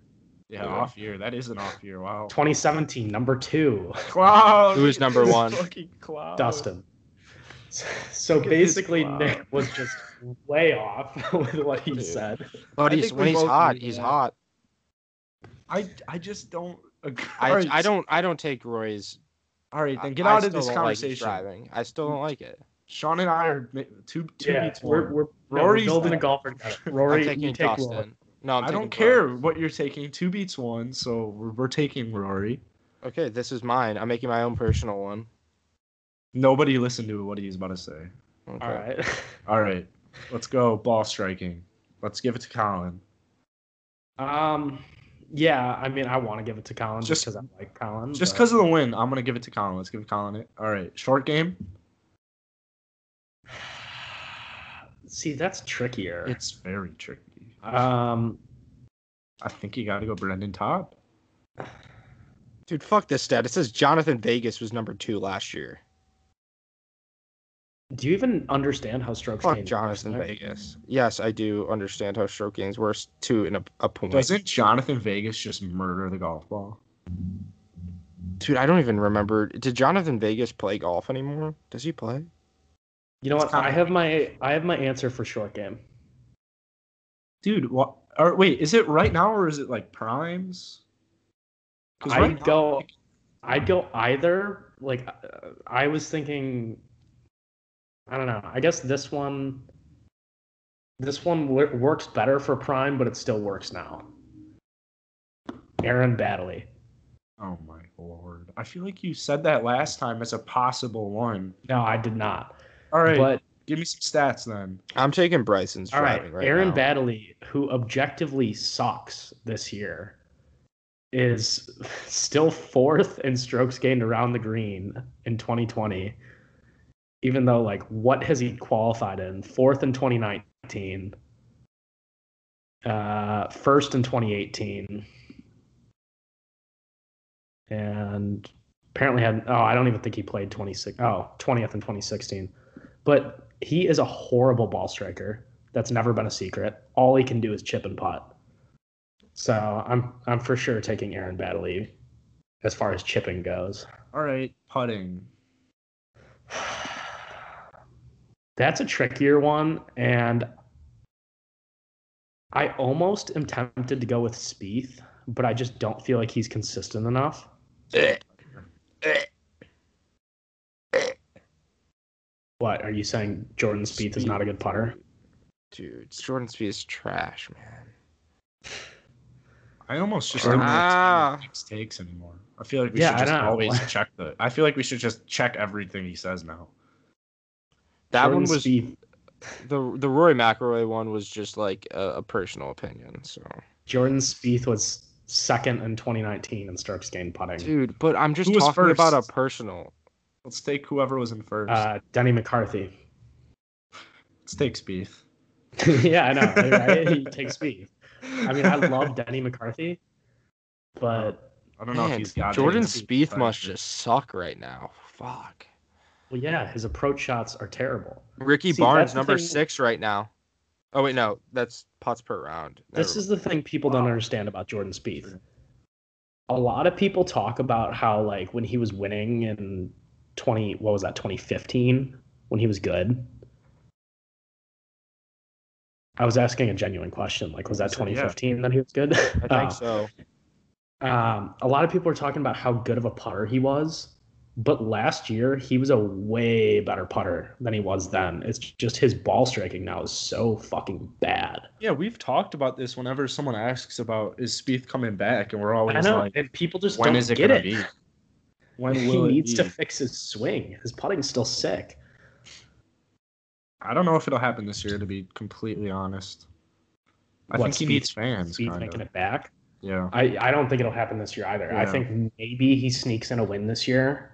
A: Yeah, off year. That is an off year. Wow.
B: 2017, number two,
A: Cloud.
C: Who is number one?
A: Fucking Cloud.
B: Dustin. So
A: Look at this
B: basically,
A: clown.
B: Nick was just way off with what he
C: Dude.
B: said.
C: But
A: I
C: he's,
A: think
C: when
A: we
C: he's
A: both
C: hot,
A: need
C: he's
A: that.
C: hot.
A: I I just don't agree.
C: I, I don't I don't take Roy's.
A: All right,
C: I-
A: then get
C: I
A: out of
C: still
A: this
C: don't like his
A: conversation.
C: driving. I still don't like it.
A: Sean and I are ma- two two
B: Yeah,
A: beats
B: we're,
A: one.
B: we're, no, we're
A: Rory's
B: building
A: the-
B: a golfer. together.
C: I'm
B: Rory, you
C: taking
B: take
C: Dustin.
B: Rory.
C: No, I'm
A: I
C: taking
A: don't
C: Rory.
A: care what you're taking. Two beats one, so we're, we're taking Rory.
C: Okay, this is mine. I'm making my own personal one.
A: Nobody listened to what he's about to say.
C: Okay.
B: All right.
A: All right, let's go ball striking. Let's give it to Colin.
B: Um, yeah, I mean, I want to give it to Colin just
A: Just-
B: because I like Colin.
A: Just
B: but-
A: because of the win, I'm gonna give it to Colin. Let's give Colin it. All right, short game.
B: See, that's trickier.
A: It's very tricky.
B: um,
A: I think you got to go Brendan Todd.
C: Dude, fuck this stat. It says Jonathan Vegas was number two last year.
B: do you even understand how strokes
C: Fuck
B: gained
C: Jonathan
B: work?
C: Vegas. Yes, I do understand how stroke gains worse two in a, a point.
A: Doesn't Jonathan Vegas just murder the golf ball?
C: Dude, I don't even remember. Did Jonathan Vegas play golf anymore? Does he play?
B: You know
A: It's
B: what?
A: kinda
B: I have my I have my answer for short game.
A: Dude, what? Or wait, is it right now or is it like primes? 'Cause
B: I'd
A: right now-
B: go, I'd go either. Like, uh, I was thinking, I don't know. I guess this one, this one wor- works better for Prime, but it still works now. Aaron Baddeley.
A: Oh my lord! I feel like you said that last time as a possible one.
B: No, I did not.
A: All right,
B: But
A: give me some stats then.
C: I'm taking Bryson's
B: all right,
C: driving right,
B: Aaron
C: now.
B: Baddeley, who objectively sucks this year, is still fourth in strokes gained around the green in 2020. Even though, like, what has he qualified in? Fourth in 2019, uh, first in 2018, and apparently had oh, I don't even think he played 26. Oh, 20th in 2016, but he is a horrible ball striker. That's never been a secret. All he can do is chip and putt. So I'm I'm for sure taking Aaron Baddeley as far as chipping goes.
A: All right, putting.
B: That's a trickier one, and I almost am tempted to go with Spieth, but I just don't feel like he's consistent enough. What are you saying? Jordan Spieth is not a good putter.
C: Dude, Jordan Speed is trash, man.
A: I almost just
B: Or-
A: don't know
C: Ah.
A: what next takes anymore. I feel like we
B: Yeah, I
A: should just
B: don't know.
A: always check the. I feel like we should just check everything he says now.
C: That
B: Jordan
C: one was
B: Spieth,
C: the the Roy McIlroy one was just like a, a personal opinion. So,
B: Jordan Spieth was second in 2019 in strokes gained putting.
C: dude, but I'm just
A: Who was
C: talking about a
A: first?
C: personal.
A: Let's take whoever was in first.
B: Uh, Denny McCarthy.
A: Let's take Spieth.
B: yeah, I know. Right? he takes Spieth. I mean, I love Denny McCarthy, but
A: I don't know if
C: Man,
A: he's got it.
C: Jordan
A: He's-
C: Spieth must
A: but-
C: just suck right now. Fuck.
B: Well, yeah, his approach shots are terrible.
C: Ricky
B: See, that's
C: Barnes
B: the
C: number
B: thing-
C: six right now. Oh wait, no, that's putts per round.
B: This is the thing people don't understand about Jordan Spieth.
A: Sure.
B: A lot of people talk about how like when he was winning in 20 what was that 2015 when he was good. I was asking a genuine question like was that
A: You said, yeah.
B: 2015 that he was good?
C: I
B: Oh.
C: think so.
B: um, a lot of people are talking about how good of a putter he was, but last year he was a way better putter than he was then. It's just his ball striking now is so fucking bad.
A: Yeah, we've talked about this whenever someone asks about is Spieth coming back, and we're
B: I
A: always
B: know,
A: like,
B: and people just
A: when
B: don't
A: is it
B: get
A: gonna
B: it.
A: be? When
B: He
A: will it
B: needs
A: be?
B: to fix his swing. His putting's still sick.
A: I don't know if it'll happen this year, to be completely honest. I
B: What,
A: think he
B: Spieth-
A: needs fans.
B: Speed
A: kind
B: making
A: of.
B: it back.
A: Yeah.
B: I, I don't think it'll happen this year either. I
A: Yeah.
B: think maybe he sneaks in a win this year,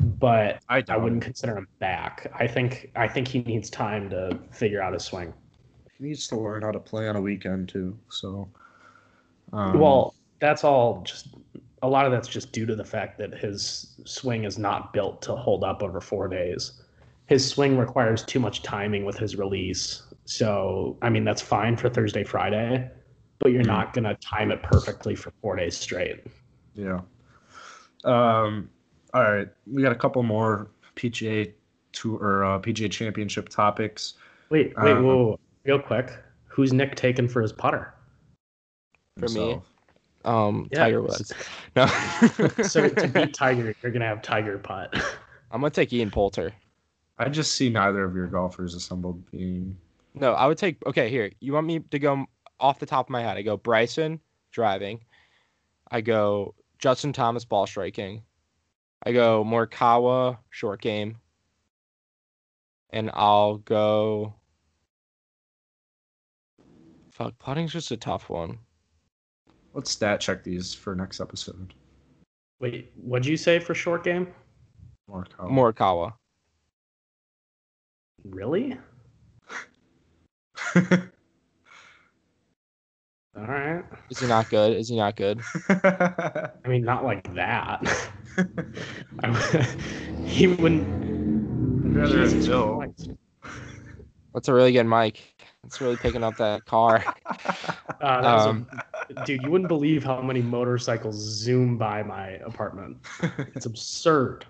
B: but
A: I,
B: I
A: doubt
B: wouldn't
A: it.
B: consider him back. I think I think he needs time to figure out his swing.
A: He needs to learn how to play on a weekend, too. So. Um,
B: well, that's all just a lot of that's just due to the fact that his swing is not built to hold up over four days. His swing requires too much timing with his release. So, I mean, that's fine for Thursday, Friday, but
C: Hmm.
B: you're not gonna time it perfectly for four days straight.
A: Yeah. Um, all right, we got a couple more PGA two or uh, PGA Championship topics.
B: Wait, wait,
C: Um,
A: Uh,
B: whoa, whoa, whoa. real quick, who's Nick taking for his putter?
C: For me? Um, Tiger Woods. No,
B: so to beat Tiger, you're gonna have Tiger putt.
C: I'm gonna take Ian Poulter.
A: I just see neither of your golfers assembled being.
C: No, I would take. Okay, here. You want me to go off the top of my head? I go Bryson driving. I go Justin Thomas ball striking. I go Morikawa short game. And I'll go. Fuck, putting's just a tough one.
A: Let's stat check these for next episode.
B: Wait, what'd you say for short game?
A: More
C: Oh.
A: color.
C: Morikawa.
B: Really? All right.
C: Is he not good? Is he not good?
B: I mean, not like that. I- he wouldn't. Jesus Christ.
C: That's a really good mic. It's really picking up that car.
B: Uh, that was a-
C: Um,
B: dude, you wouldn't believe how many motorcycles zoom by my apartment. It's absurd.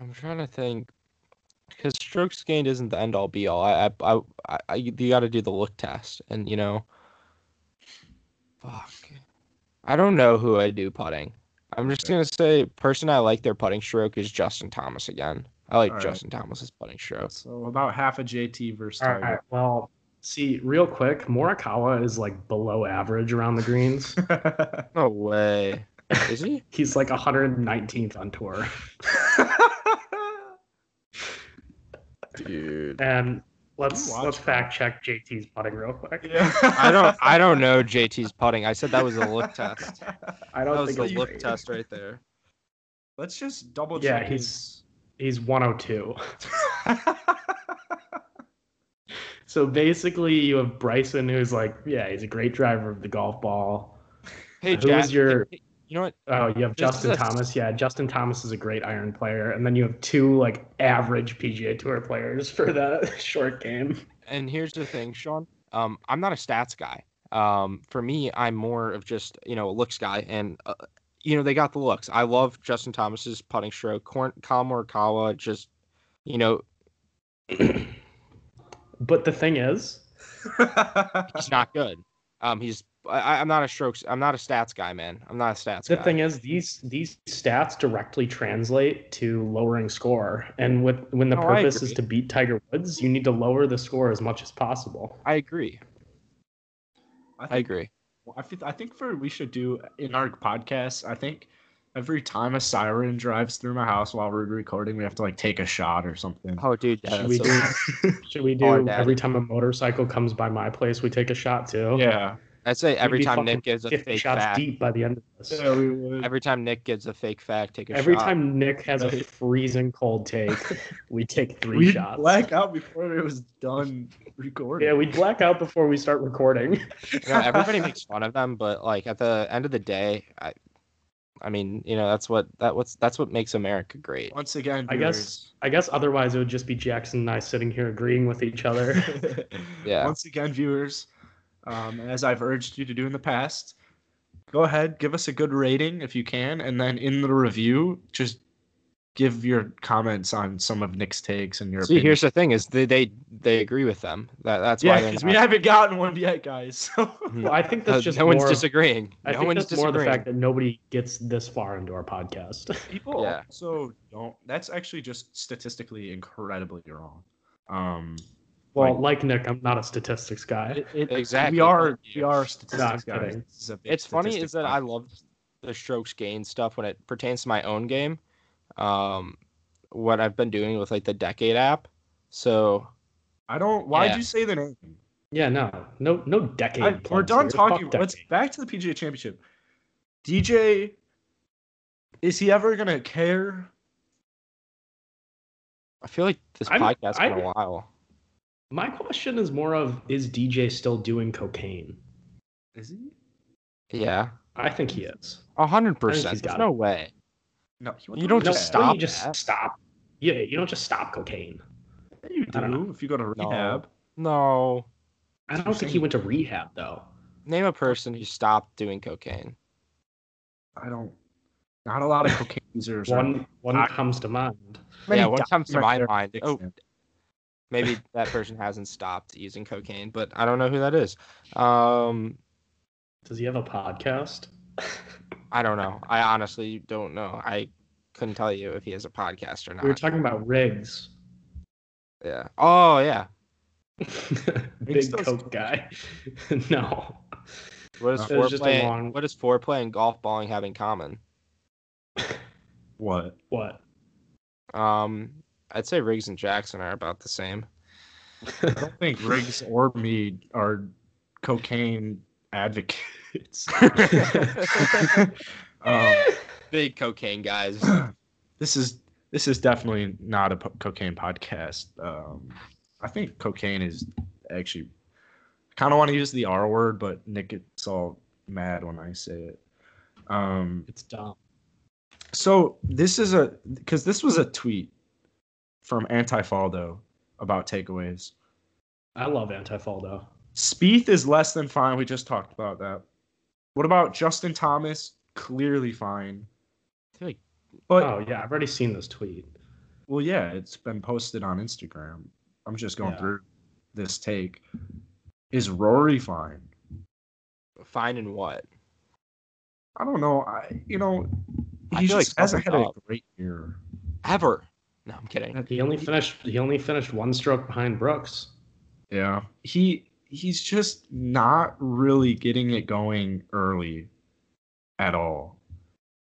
C: I'm trying to think, because strokes gained isn't the end all be all. I, I, I, I- I you got to do the look test, and you know, fuck, I don't know who I do putting. I'm just
A: Okay.
C: gonna say person I like their putting stroke is Justin Thomas again. I like
A: All right.
C: Justin Thomas's putting stroke.
A: so about half a JT versus
B: All right.
A: Tiger.
B: Well, see, real quick, Morikawa is like below average around the greens.
C: No way, is he?
B: He's like 119th on tour.
C: Dude,
B: And
A: You
B: let's
A: watch
B: let's
A: him.
B: fact check JT's putting real quick.
A: yeah.
C: I don't, I don't know JT's putting. I said that was a look test.
B: I
C: That
B: don't
C: was
B: think
C: the
B: it's
C: look
B: great.
C: test right there.
A: Let's just double
B: Yeah,
A: check.
B: he's- He's 102.
A: his-
B: So basically, you have Bryson, who's like, yeah, he's a great driver of the golf ball.
C: Hey,
B: Who was
C: Jack,
B: your-
C: You know what?
B: Oh, you have
C: This
B: Justin
C: is a-
B: Thomas. Yeah, Justin Thomas is a great iron player, and then you have two like average PGA Tour players for the short game.
C: and here's the thing, Sean. Um, I'm not a stats guy. Um, for me, I'm more of just you know a looks guy, and uh, you know they got the looks. I love Justin Thomas's putting stroke. Corn Kyle Morikawa just you know
B: But the thing is,
C: he's not good. Um, he's I- I, I'm not a strokes. I'm not a stats guy, man. I'm not a stats
B: the
C: guy.
B: thing is, these these stats directly translate to lowering score, and with when the
C: No, Oh, I
B: purpose is
C: agree.
B: to beat Tiger Woods, you need to lower the score as much as possible.
C: I agree.
A: I
C: I
A: think,
C: agree.
A: I, feel, I think for we should do in our podcast. I think every time a siren drives through my house while we're recording, we have to like take a shot or something.
C: Oh, dude, yeah,
B: Should we
C: that's, a,
B: do? should we do
C: Hard, Dad.
B: every time a motorcycle comes by my place, we take a shot too?
A: Yeah.
C: I'd say every
B: be
C: time
B: fucking
C: Nick gives a
B: fifty
C: fake
B: shots
C: fact,
B: deep by the end of this.
A: Yeah, we would.
C: every time Nick gives a fake fact, take a
B: Every
C: shot.
B: time Nick has a
A: Right.
B: freezing cold take, we take 3
A: We'd
B: shots.
A: black out before it was done recording.
B: yeah, we black out before we start recording.
C: you know, everybody makes fun of them, but like at the end of the day, I, I mean, you know, that's what that what's that's what makes America great.
A: Once again,
B: I guess- I guess otherwise it would just be Jackson and I sitting here agreeing with each other.
A: viewers-
C: Yeah.
A: Once again, viewers, um, as I've urged you to do in the past, go ahead, give us a good rating if you can, and then in the review, just give your comments on some of Nick's takes and your.
C: See, here's the thing: is they they, they agree with them. That that's why
A: yeah,
C: they're
A: because
C: not,
A: we haven't gotten one yet, guys. So.
B: Well, I think
C: no,
B: that's just
C: Uh, no
B: more,
C: one's disagreeing.
B: I
C: no
B: think
C: one's
B: that's more
C: disagreeing.
B: the fact that nobody gets this far into our podcast.
A: People
C: Yeah.
A: also don't. That's actually just statistically incredibly wrong. Um,
B: Well,
A: Right.
B: like Nick, I'm not a statistics guy.
A: it, it,
C: Exactly,
A: We are
C: thank you.
A: we are statistics
B: No, I'm
A: guys.
B: kidding.
A: This is a big
C: it's funny is
A: statistic
C: that I
A: podcast.
C: love the strokes gain stuff when it pertains to my own game. Um, what I've been doing with like the Decade app. So
A: I don't. Why'd
C: Yeah.
A: you say the name?
B: Yeah, no, no, no decade.
A: I- we're
B: plugs
A: done
B: here.
A: talking.
B: Fuck
A: Let's
B: decade.
A: back to the PGA Championship. DJ, is he ever gonna care?
C: I feel like this
B: I'm-
C: podcast's been
B: I'm-
C: a while.
B: My question is more of: Is DJ still doing cocaine?
A: Is he?
C: Yeah,
B: I think he is.
C: a hundred
B: I think he's
C: percent. There's
B: got
C: no way.
A: No, he
C: You don't
B: no,
C: just
B: don't
C: stop
B: you just
C: that.
B: stop. Yeah, you don't just stop cocaine.
A: Yeah, you
B: I don't
A: do if you go to
C: No.
A: rehab.
C: No,
B: I don't think he went to rehab though.
C: Name a person who stopped doing cocaine.
A: I don't. Not a lot of cocaine users. are-
B: One one
A: I-
B: comes to mind.
C: yeah,
A: Many
C: what comes to my
A: doctors-
C: mind? Oh, maybe that person hasn't stopped using cocaine, but I don't know who that is. Um,
B: Does he have a podcast?
C: I don't know. I honestly don't know. I couldn't tell you if he has a podcast or not.
B: We were talking about rigs.
C: yeah. Oh yeah.
B: Big
A: does-
B: coke guy. no.
C: What is
A: Uh,
B: it was just a
C: foreplay?
B: long-
C: What does foreplay and golf balling have in common?
A: What?
B: What?
C: Um, I'd say Riggs and Jackson are about the same.
A: I don't think Riggs or me are cocaine advocates. um,
C: Big cocaine guys.
A: this is this is definitely not a po- cocaine podcast. Um, I think cocaine is actually kind of want to use the R word, but Nick gets all mad when I say it. Um,
B: It's dumb.
A: so this is a because this was a tweet from Antifaldo about takeaways.
B: I love Antifaldo.
A: Spieth is less than fine. We just talked about that. What about Justin Thomas? Clearly fine.
C: I feel like
A: But
B: oh yeah, I've already seen this tweet.
A: Well, yeah, it's been posted on Instagram. I'm just going
B: Yeah.
A: through this take. Is Rory fine?
C: fine in what?
A: I don't know. I you know
C: I
A: he
C: feel like
A: just hasn't had
C: something's
A: a great year.
C: Ever? No, I'm kidding.
B: He only finished. He only finished one stroke behind Brooks.
A: Yeah, he he's just not really getting it going early at all.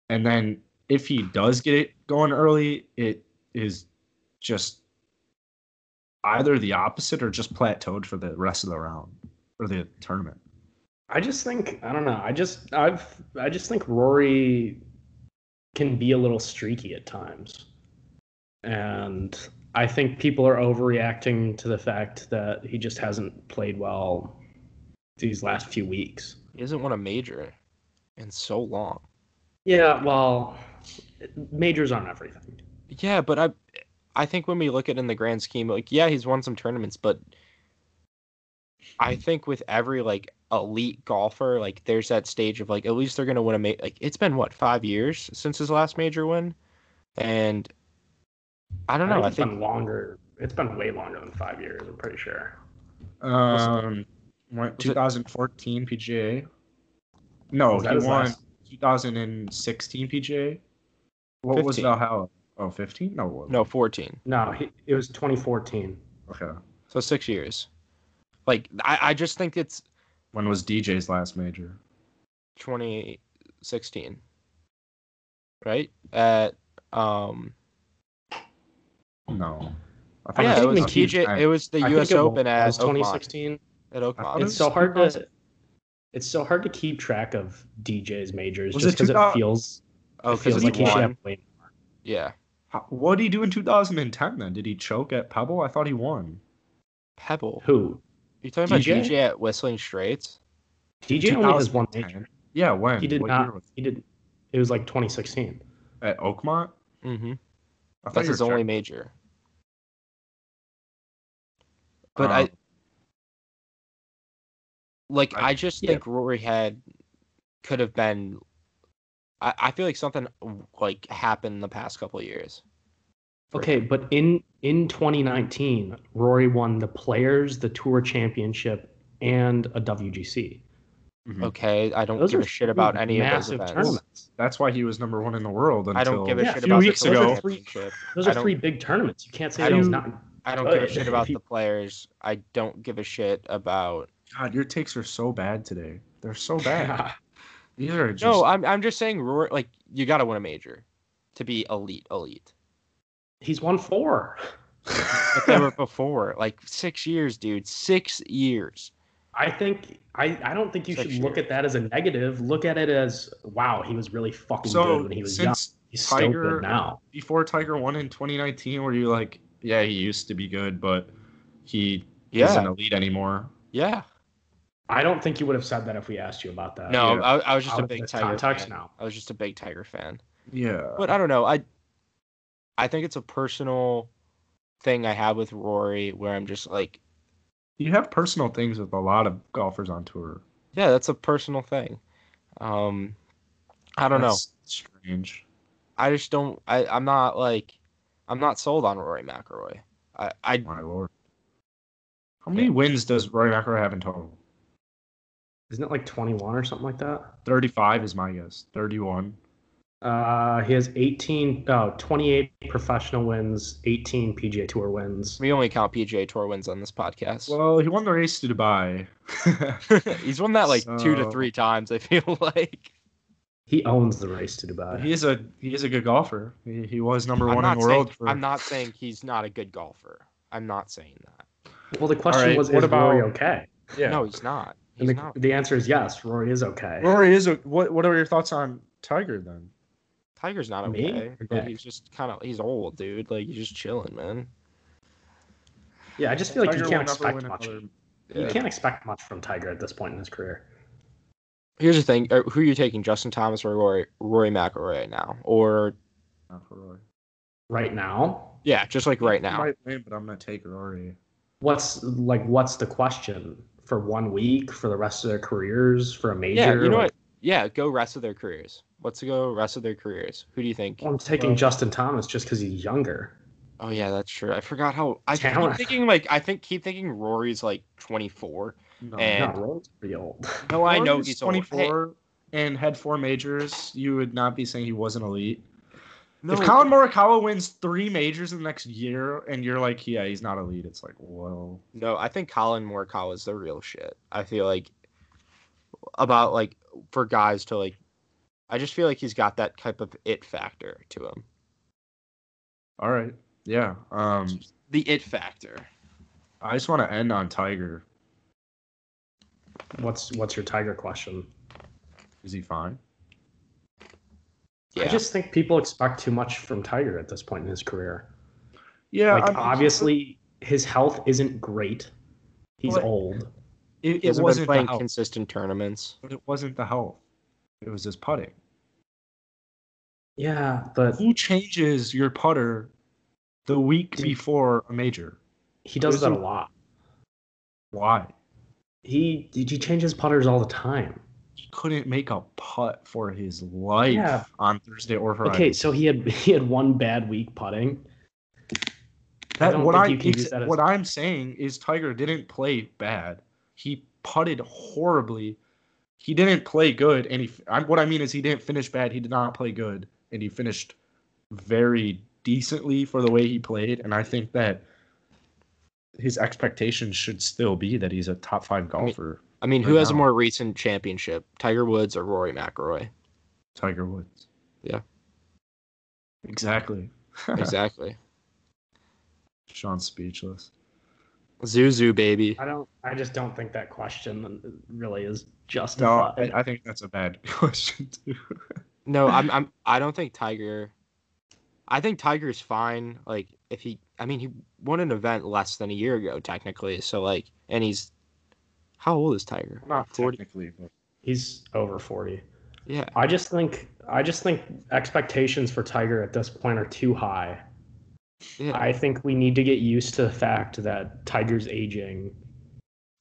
A: And then if he does get it going early, it is just either the opposite or just plateaued for the rest of the round or the tournament.
B: I just think I don't know. I just I've I just think Rory can be a little streaky at times. And I think people are overreacting to the fact that he just hasn't played well these last few weeks.
C: He doesn't want a major in so long.
B: Yeah, well, majors aren't everything.
C: Yeah, but I, I think when we look at it in the grand scheme, like yeah, he's won some tournaments, but I think with every like elite golfer, like there's that stage of like at least they're gonna win a ma- like it's been what five years since his last major win, and I don't know. I
B: it's
C: think
B: been longer. It's been way longer than five years. I'm pretty sure.
A: Um, went
C: was it-
A: 2014 PGA. No,
B: Was that
A: he
B: his
A: won
B: last-
A: 2016 PGA. What was
C: 15.
A: Valhalla? Oh, 15? No, what?
C: no fourteen,
B: No, he, it was 2014.
A: Okay.
C: so six years. Like I, I just think it's
A: When was DJ's last major?
C: 2016 right at um
A: No. I
B: Yeah,
C: yeah
B: think
C: it was
B: when
C: TJ it was the
B: I think
C: US
B: it wa-
C: Open
B: it
C: at
B: was
C: Oakmont,
B: 2016.
C: at
A: I
C: Oakmont
A: thought
B: it's
A: it
B: so
A: was
B: hard to it's so hard to keep track of DJ's majors
A: Was
B: just
A: it
B: because it
A: 2000?
B: feels it
C: oh because
B: feels
C: it's
B: like he should
C: one
B: have played.
C: yeah
A: What did he do in 2010 then? Did he choke at Pebble? I thought he won.
C: Pebble
B: Who
C: you talking about
B: DJ?
C: DJ at Whistling Straits
B: DJ only has one major.
A: 2010? Yeah, when?
B: He did
A: What year
B: not.
A: was-
B: He did. It was like 2016.
A: At Oakmont?
C: mm-hmm
A: I thought
C: that's
A: you
C: his
A: were
C: only
A: checking.
C: major but
A: Um,
C: I like
A: I-
C: I, just
B: yeah.
C: think Rory had could have been I, I feel like something like happened in the past couple of years for
B: Okay, but in in 2019, Rory won the Players, the Tour Championship, and a WGC.
A: Mhm.
C: Okay, I don't
B: Those
C: give
B: are
C: a shit about
B: three
C: any of those
B: massive
C: events.
B: tournaments.
A: That's why he was number one in the world. Until
C: I don't give a
B: Yeah,
C: shit
A: a few
C: about
A: weeks
C: the
A: ago.
C: Tour championship.
B: Those
C: I
B: are
C: don't-
B: three big tournaments. You can't say
C: I
B: that he's
A: don't-
B: not.
C: I don't give a
B: Good.
C: shit about the players. I don't give a shit about.
A: God, your takes are so bad today. They're so bad. These are just
C: No, I'm I'm just saying, Rory. Like you got to win a major to be elite, elite.
B: he's won four.
C: But they were before, like six years, dude. Six years.
B: I think I, I don't think you
C: It's
B: should
C: like
B: look at that as a negative. Look at it as wow, he was really fucking
A: so
B: good when he was young.
A: since
B: He's so
A: Tiger-
B: good now.
A: before Tiger won in 2019, were you like, yeah, he used to be good, but he isn't
C: Yeah,
A: elite anymore?
C: yeah.
B: I don't think you would have said that if we asked you about that.
C: No,
A: yeah.
C: I, Uh, I was just
B: Out
C: a
B: of
C: big
B: this
C: Tiger. Uh,
B: context
C: Fan.
B: now.
C: I was just a big Tiger fan.
A: Yeah.
C: But I don't know. I I think it's a personal thing I have with Rory, where I'm just like,
A: You have personal things with a lot of golfers on tour.
C: yeah, that's a personal thing. Um, I don't know.
A: That's Strange.
C: I just don't. I, I'm not like, I'm not sold on Rory McIlroy. I, I
A: My lord. How many wins does Rory McIlroy have in total?
B: Isn't it like 21 or something like that?
A: Thirty-five is my guess. Thirty-one.
B: Uh, he has 18, oh, 28 professional wins, 18 PGA Tour wins.
C: we only count PGA Tour wins on this podcast.
A: Well, he won the race to Dubai.
C: He's won that like two to
A: So-
C: three times. I feel like
B: He owns the race to Dubai.
A: he is a he is a good golfer. He, he was number
C: I'm
A: one
C: not
A: in the world.
C: saying,
A: for-
C: I'm not saying he's not a good golfer. I'm not saying that.
B: well, the question
A: right,
B: was,
A: what
B: is
A: about-
B: Rory okay?
A: yeah.
C: No, he's not.
B: And
C: He's
B: the,
C: not.
B: the answer is yes, Rory is okay.
A: Rory is a what? What are your thoughts on Tiger then?
C: Tiger's not
B: Me?
C: okay.
B: Okay.
C: Like, he's just kind of he's old, dude. Like he's just chilling, man.
B: Yeah, I just feel like
A: Tiger will
B: you can't
A: never
B: expect
A: win
B: much.
A: another- uh,
B: You
C: Yeah.
B: can't expect much from Tiger at this point in his career.
C: Here's the thing: uh, who are you taking, Justin Thomas or Rory, Rory McIlroy right now? Or
A: Not for Rory.
B: Right now,
C: yeah, just like right now.
A: Might win, but I'm gonna take Rory.
B: what's like what's the question for one week for the rest of their careers for a major?
C: yeah, you know
B: Like,
C: what? Yeah, go rest of their careers. Let's go rest of their careers. Who do you think?
B: I'm taking
A: Well-
B: Justin Thomas just because he's younger.
C: Oh yeah, that's true. I forgot how I keep
B: Talent.
C: thinking like I think keep thinking Rory's like 24.
A: No,
C: And-
B: no, Rory's pretty old.
C: No, I know
A: Rory's
C: he's old. Hey,
A: 24 and had four majors. You would not be saying he wasn't elite.
C: no,
A: if Colin Morikawa wins three majors in the next year, and you're like, yeah, he's not elite. It's like, well,
C: No, I think Colin Morikawa is the real shit. I feel like about like for guys to like, I just feel like he's got that type of it factor to him.
A: all right, yeah. Um,
C: The it factor.
A: I just want to end on Tiger.
B: What's what's your Tiger question?
A: Is he fine?
C: Yeah.
B: I just think people expect too much from Tiger at this point in his career.
A: Yeah,
B: like obviously his health isn't great. He's
A: Well,
B: old.
A: it,
C: he
A: it
C: hasn't been
A: wasn't the
C: playing
A: health.
C: consistent tournaments.
A: but it wasn't the health. It was his putting.
B: Yeah, but
A: Who changes your putter the week
B: Dude.
A: before a major?
B: he does that a lot.
A: Why?
B: He he changes putters all the time.
A: He couldn't make a putt for his life
B: Yeah.
A: on Thursday or Friday.
B: Okay, so he had he had one bad week putting. I
A: That
B: don't
A: what
B: think
A: I
B: you can use that as-
A: what I'm saying is Tiger didn't play bad. He putted horribly. He didn't play good, and he. I, what I mean is he didn't finish bad. He did not play good, and he finished very decently for the way he played. And I think that his expectations should still be that he's a top five golfer.
C: I mean,
A: Right
C: who has a
A: now.
C: more recent championship, Tiger Woods or Rory McIlroy?
A: Tiger Woods.
C: Yeah.
A: Exactly.
C: Exactly.
A: Sean's speechless.
C: Zuzu baby.
B: I don't. I just don't think that question really is
A: No,
B: justified.
A: I, I think that's a bad question too.
C: No, I'm. I'm. I don't think Tiger. I think Tiger's fine. Like if he, I mean, he won an event less than a year ago technically. So like, and he's, how old is Tiger?
A: Not
C: forty.
A: technically, but
B: He's over forty.
C: Yeah.
B: I just think. I just think expectations for Tiger at this point are too high.
C: Yeah.
B: I think we need to get used to the fact that Tiger's aging.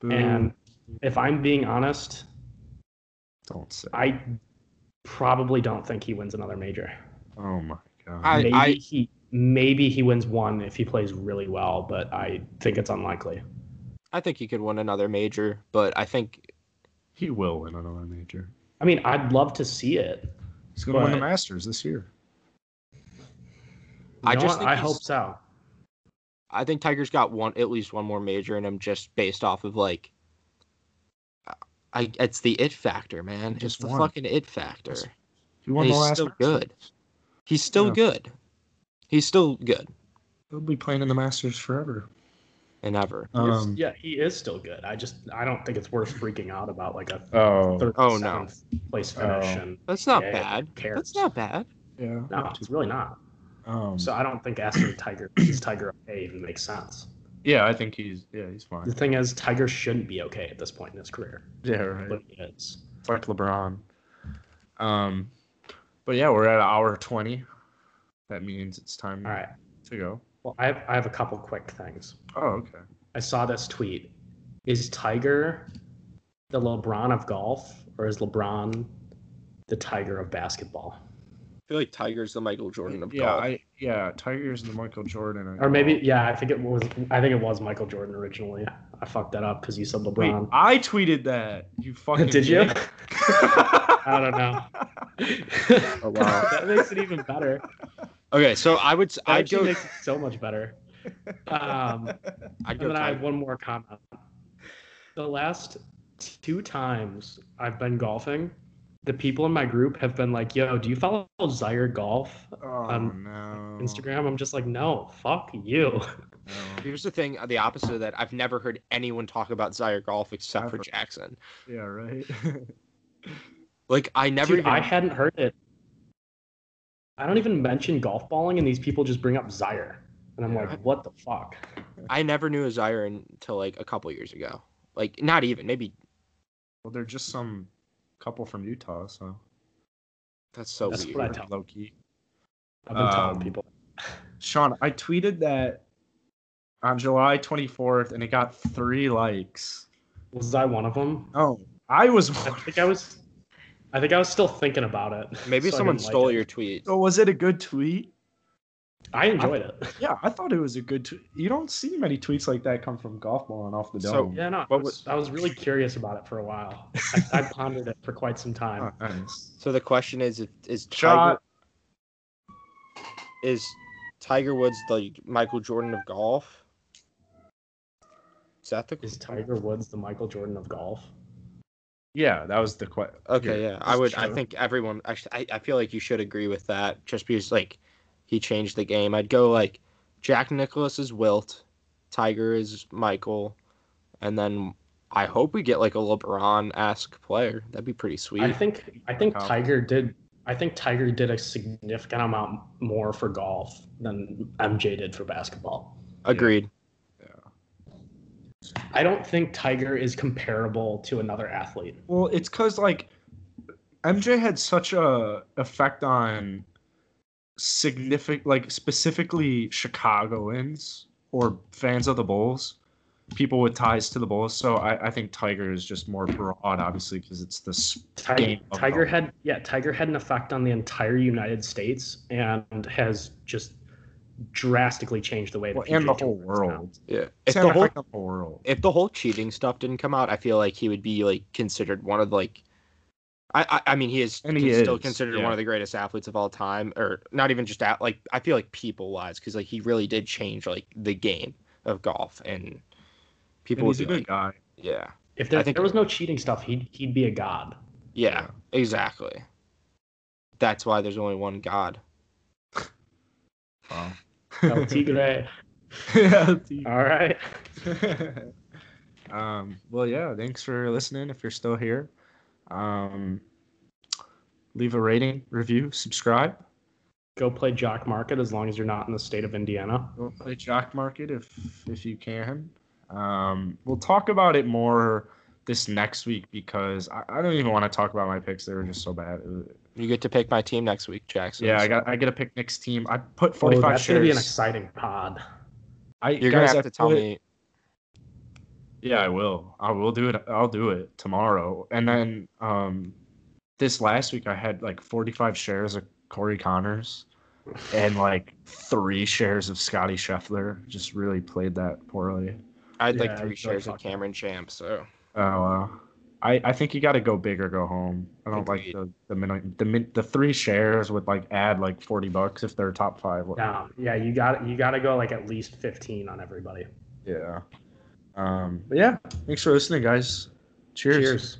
C: Mm.
A: Boo.
B: And if I'm being honest,
A: Don't say.
B: I probably don't think he wins another major.
A: Oh my god.
C: I-
B: Maybe he maybe he wins one if he plays really well, but I think it's unlikely.
C: I think he could win another major, but I think
A: he will win another major.
B: I mean, I'd love to see it.
A: He's going to win the
B: But-
A: Masters this year.
C: I
B: You know
C: just
B: what?
C: think
B: I
C: he's-
B: hope so.
C: I think Tiger's got one at least one more major in him just based off of like. I, it's the it factor, man. It's
A: Just
C: the
A: one.
C: fucking it factor.
A: Just- He
C: And
A: won the
C: he's
A: last.
C: still
A: Masters.
C: good. He's still
A: Yeah.
C: good. He's still good
A: He'll be playing in the Masters forever.
C: and ever.
B: It's-
A: Um,
B: yeah, he is still good. I just I don't think it's worth freaking out about like a
A: Oh.
B: third
C: Oh, no.
B: place finish.
A: Oh.
B: And
C: That's not
B: Yeah,
C: bad.
B: cares?
C: That's not bad.
A: Yeah.
B: no, it's really not.
A: Um,
B: So I don't think asking Tiger is Tiger okay even makes sense.
A: yeah, I think he's yeah he's
B: The
A: fine.
B: thing is, Tiger shouldn't be okay at this point in his career.
A: Yeah, right.
B: But he is.
A: It's like LeBron. Um, but yeah, we're at hour twenty. That means it's time
B: All right.
A: to go.
B: Well, I have I have a couple quick things.
A: Oh, okay.
B: I saw this tweet. Is Tiger the LeBron of golf, or is LeBron the Tiger of basketball?
C: I feel like Tiger's the Michael Jordan of
A: yeah,
C: golf.
A: I yeah, Tiger's the Michael Jordan. of
B: Or maybe,
A: golf.
B: yeah, I think it was. I think it was Michael Jordan originally. I fucked that up because you said
A: Wait,
B: LeBron.
A: I tweeted that. You fucking
B: Did you?
A: dick.
B: I don't know.
C: Oh, wow.
B: that makes it even better.
C: okay, so I would s-
B: That
C: I'd
B: actually
C: go,
B: makes it so much better. Um,
C: I'd go
B: And then I have
C: Tiger.
B: one more comment. The last two times I've been golfing, the people in my group have been like, "Yo, do you follow Zaire Golf
A: Oh
B: Um,
A: no.
B: Instagram?" I'm just like, "No, fuck you."
A: No.
C: Here's the thing, the opposite of that. I've never heard anyone talk about Zaire Golf except for
A: Ever.
C: Jackson.
A: Yeah, right.
C: Like I never
B: Dude,
C: even
B: I hadn't heard it. I don't even mention golf balling, and these people just bring up Zaire, and I'm
A: Yeah.
B: like, "What the fuck?"
C: I never knew a Zaire until like a couple years ago. Like not even maybe
A: well, they're just some couple from Utah, so
C: that's so
B: That's
C: weird.
B: what I
A: pretty
B: tell-
A: low key.
B: I've been telling
A: Um,
B: people.
A: Sean, I tweeted that on July 24th, and it got three likes.
B: Was I one of them?
A: Oh, I was.
B: I think I was. I think I was still thinking about it.
C: Maybe
B: so I
C: someone
B: didn't like
C: stole
B: it. Oh.
C: your tweet.
A: So was it a good tweet?
B: I enjoyed it.
A: Yeah, I thought it was a good tweet. You don't see many tweets like that come from golf balling off the
C: So-
A: dome.
B: Yeah, no, I
C: What
B: was, I was really curious about it for a while. I, I pondered it for quite some time.
A: Oh, nice.
C: So the question is if is Tiger
A: Shot.
C: is Tiger Woods the Michael Jordan of golf? Is that the
B: Is Tiger Woods the Michael Jordan of golf?
A: Yeah, that was the question.
C: Okay, yeah. I
A: That's
C: would I
A: true.
C: think everyone actually I, I feel like you should agree with that just because like he changed the game. I'd go like Jack Nicholas is Wilt, Tiger is Michael, and then I hope we get like a LeBron esque player. That'd be pretty sweet.
B: I think I think
A: Wow.
B: Tiger did. I think Tiger did a significant amount more for golf than MJ did for basketball.
C: Agreed.
B: I don't think Tiger is comparable to another athlete.
A: Well, it's because like MJ had such a effect on significant, like specifically Chicagoans or fans of the Bulls, people with ties to the Bulls. So I, I think Tiger is just more broad, obviously, because it's this.
B: Tiger,
A: Game of
B: Tiger
A: golf.
B: had yeah, Tiger had an effect on the entire United States and has just drastically changed the way the
A: Well, and the
B: PGA Tour
A: whole
B: is now.
A: world.
C: Yeah. If
A: It's
C: the
A: an
C: whole
A: effect on the world.
C: if the whole cheating stuff didn't come out, I feel like he would be like considered one of like I, I, I mean he is
A: And he
C: still
A: is,
C: considered
A: yeah.
C: one of the greatest athletes of all time, or not even just at like I feel like people wise because like he really did change like the game of golf and people.
A: And
C: would
A: he's a good
C: be like,
A: guy.
C: Yeah,
B: If there,
C: I think-
B: there was no cheating stuff, he'd he'd be a god.
C: yeah, exactly. That's why there's only one God.
A: Wow.
B: El Tigre.
A: Yeah, dude.
B: All right.
A: um, well, yeah, thanks for listening if you're still here. Um, leave a rating, review, subscribe.
B: Go play Jock Market as long as you're not in the state of Indiana. Oh,
A: Go play Jock Market if if you can. Um, we'll talk about it more this next week because I, I don't even want to talk about my picks. They were just so bad. It was-
C: You get to pick my team next week, Jackson.
A: yeah, I got I get a pick next team. I put
B: Oh,
A: 45
B: that's gonna
A: shares.
B: be an exciting pod.
A: I,
C: You're gonna
A: guys,
C: have
A: I
C: to tell
A: put-
C: me.
A: Yeah, I will. I will do it. I'll do it tomorrow. And then um, this last week, I had like 45 shares of Corey Connors and like three shares of Scotty Scheffler. Just really played that poorly.
C: I had
B: Yeah,
C: like
B: I
C: three
B: feel
C: shares
B: like
C: of
B: that.
C: Cameron Champ, so
A: Oh, wow. I, I think you got to go big or go home. I don't like
C: Agreed.
A: the the min, the min, the three shares would like add like 40 bucks if they're top five.
B: No, Um, yeah, you got you got to go like at least 15 on everybody.
A: Yeah. Um, but yeah, thanks for listening, guys. Cheers.
B: Cheers.